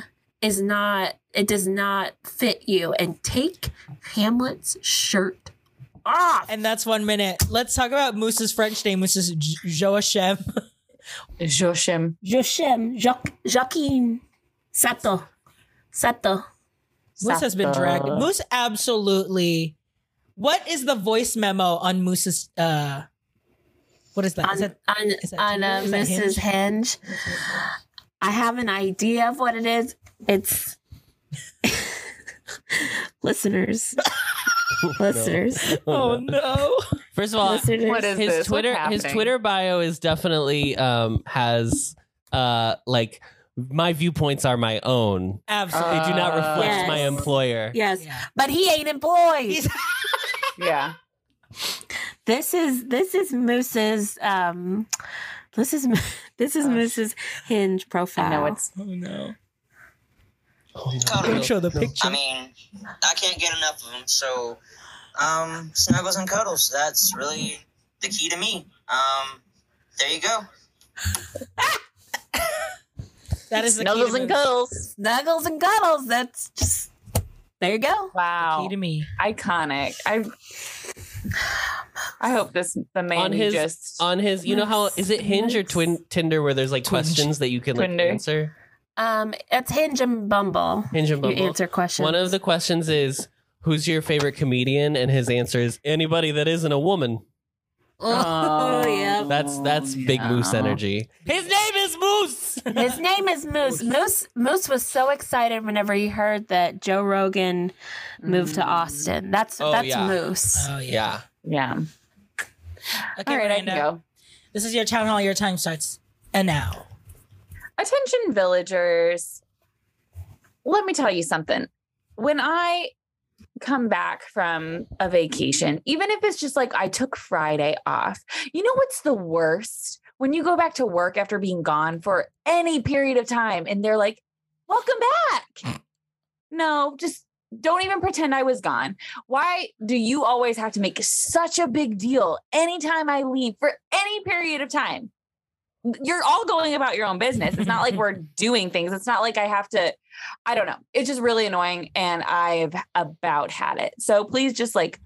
Speaker 4: is not it does not fit you and take Hamlet's shirt off.
Speaker 1: And that's one minute. Let's talk about Moose's French name, which is J- Joachim.
Speaker 3: Joshim.
Speaker 4: Joshem Jacques Joaquin Sato Sato.
Speaker 1: Moose has been dragged. Moose absolutely. What is the voice memo on Moose's? uh What is that? Is
Speaker 4: on
Speaker 1: that
Speaker 4: on,
Speaker 1: is that
Speaker 4: on uh,
Speaker 1: Tinder? Is that
Speaker 4: Mrs. Hinge. I have an idea of what it is. It's listeners, listeners,
Speaker 1: oh no!
Speaker 5: First of all,
Speaker 4: listeners.
Speaker 3: What is
Speaker 5: his
Speaker 3: this? What's
Speaker 5: Twitter his
Speaker 3: happening?
Speaker 5: Twitter bio is definitely um has uh like my viewpoints are my own.
Speaker 1: Absolutely.
Speaker 5: They do not reflect
Speaker 3: Uh,
Speaker 4: Yes.
Speaker 5: my employer.
Speaker 4: yes,
Speaker 1: Yeah.
Speaker 4: but he ain't employed.
Speaker 1: He's-
Speaker 3: Yeah.
Speaker 4: this is this is Moose's. Um, this is this is
Speaker 3: Oh, sh-
Speaker 4: Moose's Hinge profile.
Speaker 3: I know it's
Speaker 1: Oh no!
Speaker 6: Cuddles.
Speaker 1: Don't show the picture.
Speaker 6: I mean, I can't get enough of them. So, um, snuggles and cuddles. That's really the key to me. Um, there you go.
Speaker 1: that is the key
Speaker 3: Nuggles
Speaker 1: to
Speaker 3: and
Speaker 1: Moose.
Speaker 3: Cuddles.
Speaker 4: snuggles and cuddles. That's just there. You go.
Speaker 3: Wow.
Speaker 1: Key to me.
Speaker 3: Iconic. I I hope this the man
Speaker 5: On
Speaker 3: he
Speaker 5: his-
Speaker 3: just
Speaker 5: On his you know how is it Hinge or Twin Tinder where there's like
Speaker 1: Twinge.
Speaker 5: questions that you can like
Speaker 3: Twinder.
Speaker 5: answer?
Speaker 4: Um, it's Hinge and Bumble.
Speaker 5: Hinge and
Speaker 4: You
Speaker 5: Bumble.
Speaker 4: answer questions.
Speaker 5: One of the questions is who's your favorite comedian and his answer is anybody that isn't a woman.
Speaker 4: Oh, yeah.
Speaker 5: That's that's big moose
Speaker 3: Oh, yeah.
Speaker 5: energy. His name is Moose.
Speaker 4: His name is uh, Moose. Moose Moose was so excited whenever he heard that Joe Rogan moved to
Speaker 3: Mm.
Speaker 4: Austin. That's
Speaker 5: Oh,
Speaker 4: that's
Speaker 5: yeah.
Speaker 4: Moose.
Speaker 1: Oh yeah.
Speaker 5: yeah.
Speaker 3: Yeah.
Speaker 1: Okay,
Speaker 3: All right, I
Speaker 1: Miranda.
Speaker 3: can go.
Speaker 1: This is your town hall. Your time starts and now.
Speaker 3: Attention villagers. Let me tell you something. When I come back from a vacation, even if it's just like I took Friday off, you know what's the worst? When you go back to work after being gone for any period of time and they're like, welcome back. No, just don't even pretend I was gone. Why do you always have to make such a big deal anytime I leave for any period of time? You're all going about your own business. It's not like we're doing things. It's not like I have to, I don't know. It's just really annoying and I've about had it. So please just like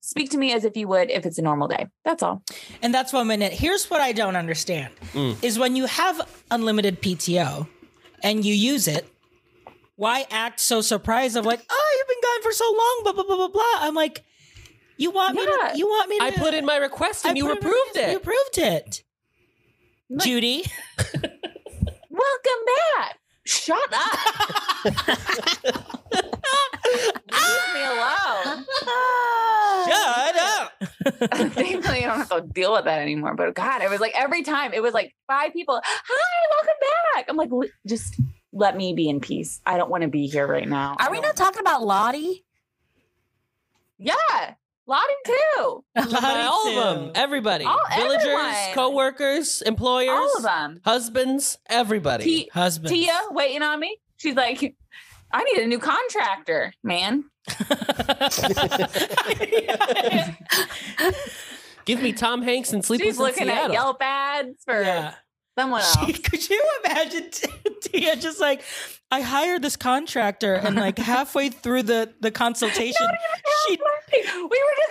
Speaker 3: speak to me as if you would if it's a normal day. That's all.
Speaker 1: And that's one minute. Here's what I don't understand
Speaker 5: Mm.
Speaker 1: is when you have unlimited PTO and you use it, why act so surprised of like, oh, you've been gone for so long, blah blah blah blah blah. I'm like, you want me to
Speaker 3: Yeah.
Speaker 1: you want me to
Speaker 5: I put in my request
Speaker 1: I
Speaker 5: and you
Speaker 1: put in-
Speaker 5: approved
Speaker 1: You
Speaker 5: it.
Speaker 1: approved it.
Speaker 3: Like-
Speaker 1: Judy.
Speaker 3: Welcome back. Shut up. Leave me alone. uh,
Speaker 1: Shut up.
Speaker 3: Thankfully, I don't have to deal with that anymore. But God, it was like every time it was like five people. Hi, welcome back. I'm like, "L- just let me be in peace. I don't want to be here right now.
Speaker 4: Are we not talking about Lottie?
Speaker 3: Yeah, Lottie too.
Speaker 1: Lottie
Speaker 5: all of
Speaker 1: too.
Speaker 5: them. Everybody.
Speaker 3: All-
Speaker 5: Villagers,
Speaker 3: everyone.
Speaker 5: coworkers, employers,
Speaker 3: All of them.
Speaker 5: husbands, everybody.
Speaker 3: T-
Speaker 1: Husband.
Speaker 3: Tia waiting on me. She's like, I need a new contractor, man.
Speaker 5: Give me Tom Hanks and Sleepless
Speaker 3: She's
Speaker 5: in
Speaker 3: looking at
Speaker 5: Seattle.
Speaker 3: Yelp ads for
Speaker 1: yeah.
Speaker 3: someone else.
Speaker 1: She, could you imagine T- Tia just like, I hired this contractor, and like halfway through the the consultation, she
Speaker 3: we were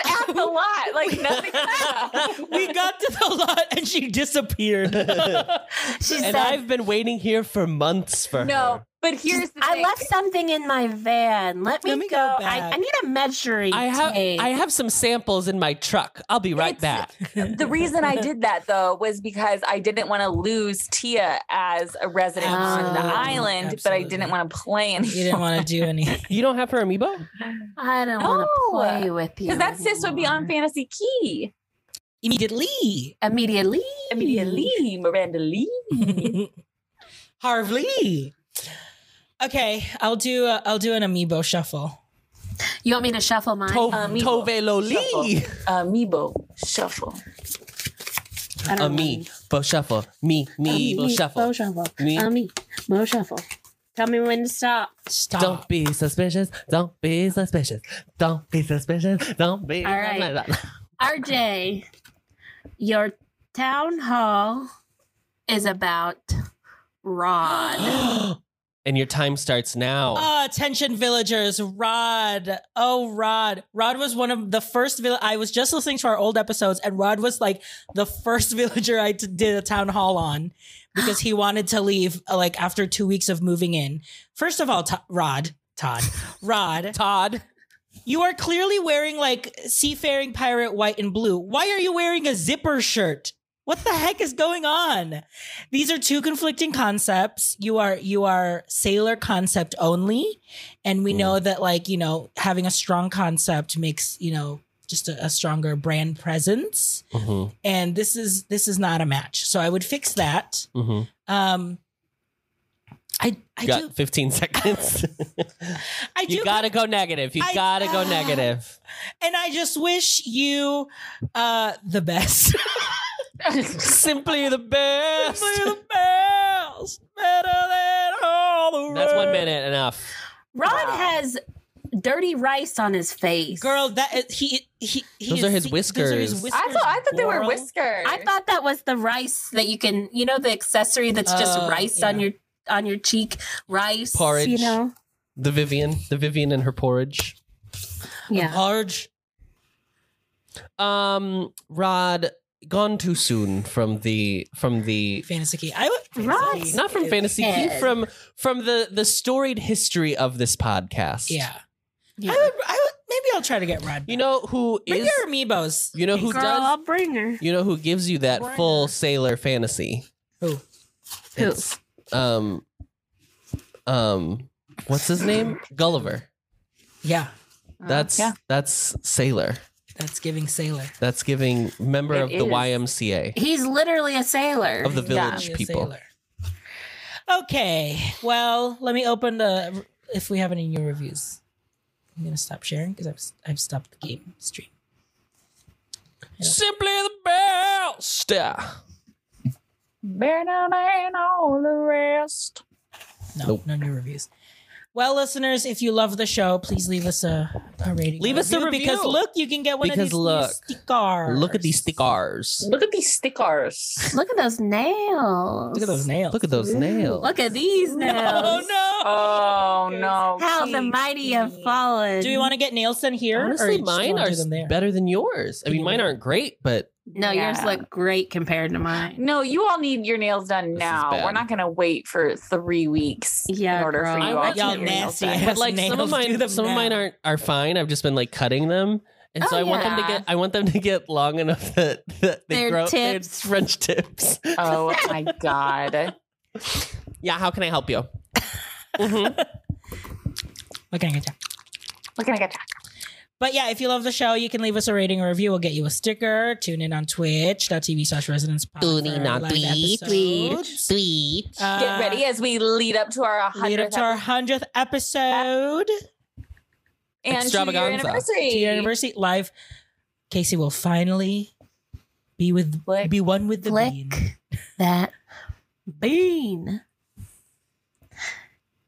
Speaker 3: just at the lot, like nothing.
Speaker 1: we got to the lot and she disappeared.
Speaker 4: She
Speaker 5: and
Speaker 4: said,
Speaker 5: I've been waiting here for months for
Speaker 3: no,
Speaker 5: her.
Speaker 3: but here's the
Speaker 4: I
Speaker 3: thing.
Speaker 4: left something in my van. Let me,
Speaker 1: Let me go
Speaker 4: go.
Speaker 1: back."
Speaker 4: I, I need a measuring
Speaker 5: I have
Speaker 4: tape.
Speaker 5: I have some samples in my truck. I'll be right
Speaker 3: It's-
Speaker 5: back.
Speaker 3: the reason I did that though was because I didn't want to lose Tia as a resident on the
Speaker 1: Absolutely,
Speaker 3: island, but I
Speaker 1: absolutely.
Speaker 3: didn't want to play in
Speaker 1: you didn't want to do any.
Speaker 5: You don't have her amiibo?
Speaker 4: I don't want
Speaker 3: No.
Speaker 4: to play with you.
Speaker 3: because that sis would be on
Speaker 4: anymore.
Speaker 3: Fantasy Key
Speaker 1: Immediately.
Speaker 4: immediately.
Speaker 3: immediately. Miranda Lee,
Speaker 1: Harvey. Okay, I'll do i I'll do an amiibo shuffle.
Speaker 4: You want me to shuffle mine?
Speaker 5: To-
Speaker 3: Amiibo.
Speaker 5: Tove Loli.
Speaker 3: Amiibo, Shuffle.
Speaker 4: I don't
Speaker 5: Ami, bo shuffle. Me, me, bo
Speaker 4: Amiibo
Speaker 5: shuffle.
Speaker 4: Uh, shuffle.
Speaker 5: Me.
Speaker 4: Amiibo shuffle. Tell me when to stop.
Speaker 1: Stop.
Speaker 5: Don't be suspicious. Don't be suspicious. Don't be suspicious. Don't be.
Speaker 4: All right. RJ, your town hall is about Ron.
Speaker 5: and your time starts now.
Speaker 1: Oh, attention villagers, Rod. Oh, Rod. Rod was one of the first vill- I was just listening to our old episodes and Rod was like the first villager I t- did a town hall on because he wanted to leave uh, like after 2 weeks of moving in. First of all, To- Rod, Todd. Rod,
Speaker 5: Todd,
Speaker 1: you are clearly wearing like seafaring pirate white and blue. Why are you wearing a zipper shirt? What the heck is going on? These are two conflicting concepts. You are you are sailor concept only, and we
Speaker 5: Mm.
Speaker 1: know that like you know having a strong concept makes you know just a, a stronger brand presence.
Speaker 5: Mhm,
Speaker 1: And this is this is not a match. So I would fix that.
Speaker 5: mhm.
Speaker 1: Um, I I do
Speaker 5: You got 15 seconds.
Speaker 1: I do
Speaker 5: you gotta go negative. You
Speaker 1: I-
Speaker 5: gotta go
Speaker 1: ah.
Speaker 5: negative.
Speaker 1: and I just wish you uh the best.
Speaker 5: Simply the best.
Speaker 1: Simply the best, better than all the
Speaker 5: That's one
Speaker 1: rest.
Speaker 5: minute enough.
Speaker 4: Rod
Speaker 3: Wow.
Speaker 4: has dirty rice on his face.
Speaker 1: Girl, that is, he he he.
Speaker 5: Those
Speaker 1: is-
Speaker 5: are his
Speaker 1: Those are
Speaker 5: whiskers.
Speaker 1: his
Speaker 5: I
Speaker 1: whiskers.
Speaker 3: I thought I thought they were
Speaker 1: Laurel.
Speaker 3: whiskers.
Speaker 4: I thought that was the rice that you can, you know, the accessory that's just
Speaker 1: Oh,
Speaker 4: rice on
Speaker 1: yeah.
Speaker 4: your on your cheek, rice,
Speaker 5: Uh, Porridge.
Speaker 4: You know,
Speaker 5: The Vivian, the Vivian and her porridge.
Speaker 4: yeah.
Speaker 1: Large.
Speaker 5: Um, Rod, gone too soon from the from the
Speaker 1: Fantasy key. I would.
Speaker 4: Right.
Speaker 1: Fantasy
Speaker 5: not from
Speaker 1: is-
Speaker 5: fantasy key
Speaker 4: Ed.
Speaker 5: from from the the storied history of this podcast.
Speaker 1: Yeah.
Speaker 4: Yeah.
Speaker 1: I would. I would. Maybe I'll try to get Rod.
Speaker 5: You know who
Speaker 1: Bring
Speaker 5: is
Speaker 1: your amiibos.
Speaker 5: you know who
Speaker 4: Girl,
Speaker 5: does
Speaker 4: I'll bring her.
Speaker 5: you know who gives you that
Speaker 1: Right.
Speaker 5: full sailor fantasy?
Speaker 1: Who?
Speaker 4: Who?
Speaker 5: It's, um um what's his name? Gulliver.
Speaker 1: Yeah.
Speaker 5: That's
Speaker 3: yeah.
Speaker 5: that's sailor.
Speaker 1: That's giving sailor.
Speaker 5: That's giving member
Speaker 3: It
Speaker 5: of the
Speaker 3: is.
Speaker 5: YMCA
Speaker 4: He's literally a sailor.
Speaker 5: of the
Speaker 3: Yeah.
Speaker 5: village
Speaker 1: Be a
Speaker 5: people.
Speaker 1: sailor. Okay. Well, let me open the if we have any new reviews. I'm gonna stop sharing because I've I've stopped the game stream.
Speaker 5: Simply the best.
Speaker 3: better than all the rest.
Speaker 1: No,
Speaker 5: Nope.
Speaker 1: no new reviews. Well, listeners, if you love the show, please leave us a, a rating.
Speaker 5: Leave
Speaker 1: or
Speaker 5: us a
Speaker 1: because
Speaker 5: review.
Speaker 1: look, you can get one
Speaker 5: Because
Speaker 1: of these
Speaker 5: look.
Speaker 1: new stickers.
Speaker 5: Look at these stickers.
Speaker 3: Look at these stickers.
Speaker 4: Look at those nails.
Speaker 1: Look at those nails.
Speaker 5: Look at those nails.
Speaker 4: Look at these
Speaker 1: Oh
Speaker 4: nails.
Speaker 1: no!
Speaker 3: Oh no!
Speaker 4: How the mighty have fallen.
Speaker 1: Do we want to get nails done here? or
Speaker 5: Honestly,
Speaker 1: just
Speaker 5: mine
Speaker 1: wanna
Speaker 5: are
Speaker 1: do them there?
Speaker 5: better than yours. I mean, mine aren't great, but
Speaker 4: No, yours
Speaker 3: Yeah.
Speaker 4: look great compared to mine.
Speaker 3: No, you all need your nails done
Speaker 5: is
Speaker 3: now.
Speaker 5: bad.
Speaker 3: We're not gonna wait for three weeks
Speaker 4: Yeah,
Speaker 3: in order
Speaker 4: girl.
Speaker 3: for
Speaker 4: I
Speaker 3: you all
Speaker 1: want
Speaker 3: to get
Speaker 1: y'all
Speaker 3: your nails
Speaker 1: nasty
Speaker 3: done.
Speaker 1: ass-
Speaker 5: but like some of
Speaker 1: nails, do
Speaker 5: mine,
Speaker 1: them
Speaker 5: some of mine
Speaker 1: now.
Speaker 5: aren't are fine. I've just been like cutting them, and so
Speaker 4: Oh,
Speaker 5: I want them to
Speaker 4: yeah.
Speaker 5: get I want them to get long enough that, that they
Speaker 4: Their
Speaker 5: grow their
Speaker 4: tips.
Speaker 5: French tips.
Speaker 3: Oh my god!
Speaker 5: Yeah, how can I help you? Mhm.
Speaker 1: What can I get you?
Speaker 3: Look, I get that.
Speaker 1: But yeah, if you love the show, you can leave us a rating or review. We'll get you a sticker. Tune in on twitch.tv slash residence.
Speaker 5: Tune in on Twitch.
Speaker 3: Get ready as we lead up to our
Speaker 1: Uh, Lead up
Speaker 3: hundredth
Speaker 1: to our 100th episode.
Speaker 3: and to your
Speaker 5: extravaganza.
Speaker 3: anniversary.
Speaker 1: to your anniversary live. Casey will finally be with
Speaker 3: Flick.
Speaker 1: be one with the
Speaker 4: Flick
Speaker 1: bean.
Speaker 4: that bean.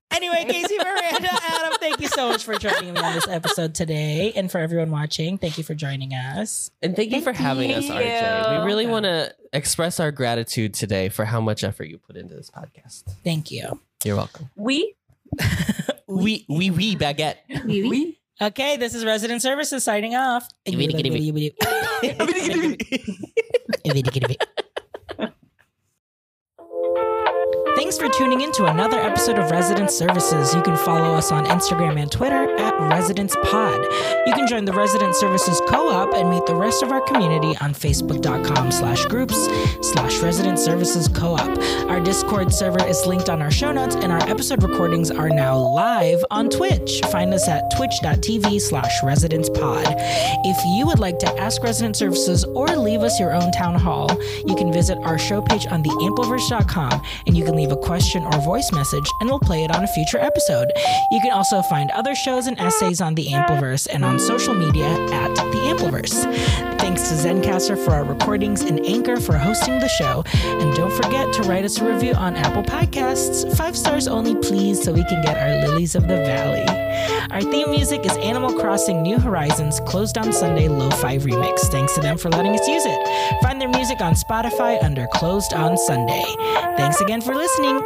Speaker 1: Anyway, Casey Miranda Adam, thank you so much for joining me on this episode today, and for everyone watching, thank you for joining us.
Speaker 5: And thank you for
Speaker 4: Thank
Speaker 5: having us,
Speaker 3: you.
Speaker 5: RJ. We really want to express our gratitude today for how much effort you put into this podcast.
Speaker 1: Thank you.
Speaker 5: You're welcome.
Speaker 3: We
Speaker 5: We we we baguette.
Speaker 3: we
Speaker 1: Okay, this is Resident Services signing off. Thanks for tuning in to another episode of Resident Services. You can follow us on Instagram and Twitter at Residence Pod. You can join the Resident Services Co-op and meet the rest of our community on Facebook.com slash groups slash Resident Services Co-op. Our Discord server is linked on our show notes and our episode recordings are now live on Twitch. Find us at twitch.tv slash Residence Pod. If you would like to ask Resident Services or leave us your own town hall, you can visit our show page on theampliverse.com and you can leave a question or voice message and we'll play it on a future episode. You can also find other shows and essays on the Ampliverse and on social media at the Ampliverse. Thanks to Zencaster for our recordings and Anchor for hosting the show. And don't forget to write us a review on Apple Podcasts. Five stars only, please, so we can get our lilies of the valley. Our theme music is Animal Crossing New Horizons Closed on Sunday Lo-Fi Remix. Thanks to them for letting us use it. Find their music on Spotify under Closed on Sunday. Thanks again for listening.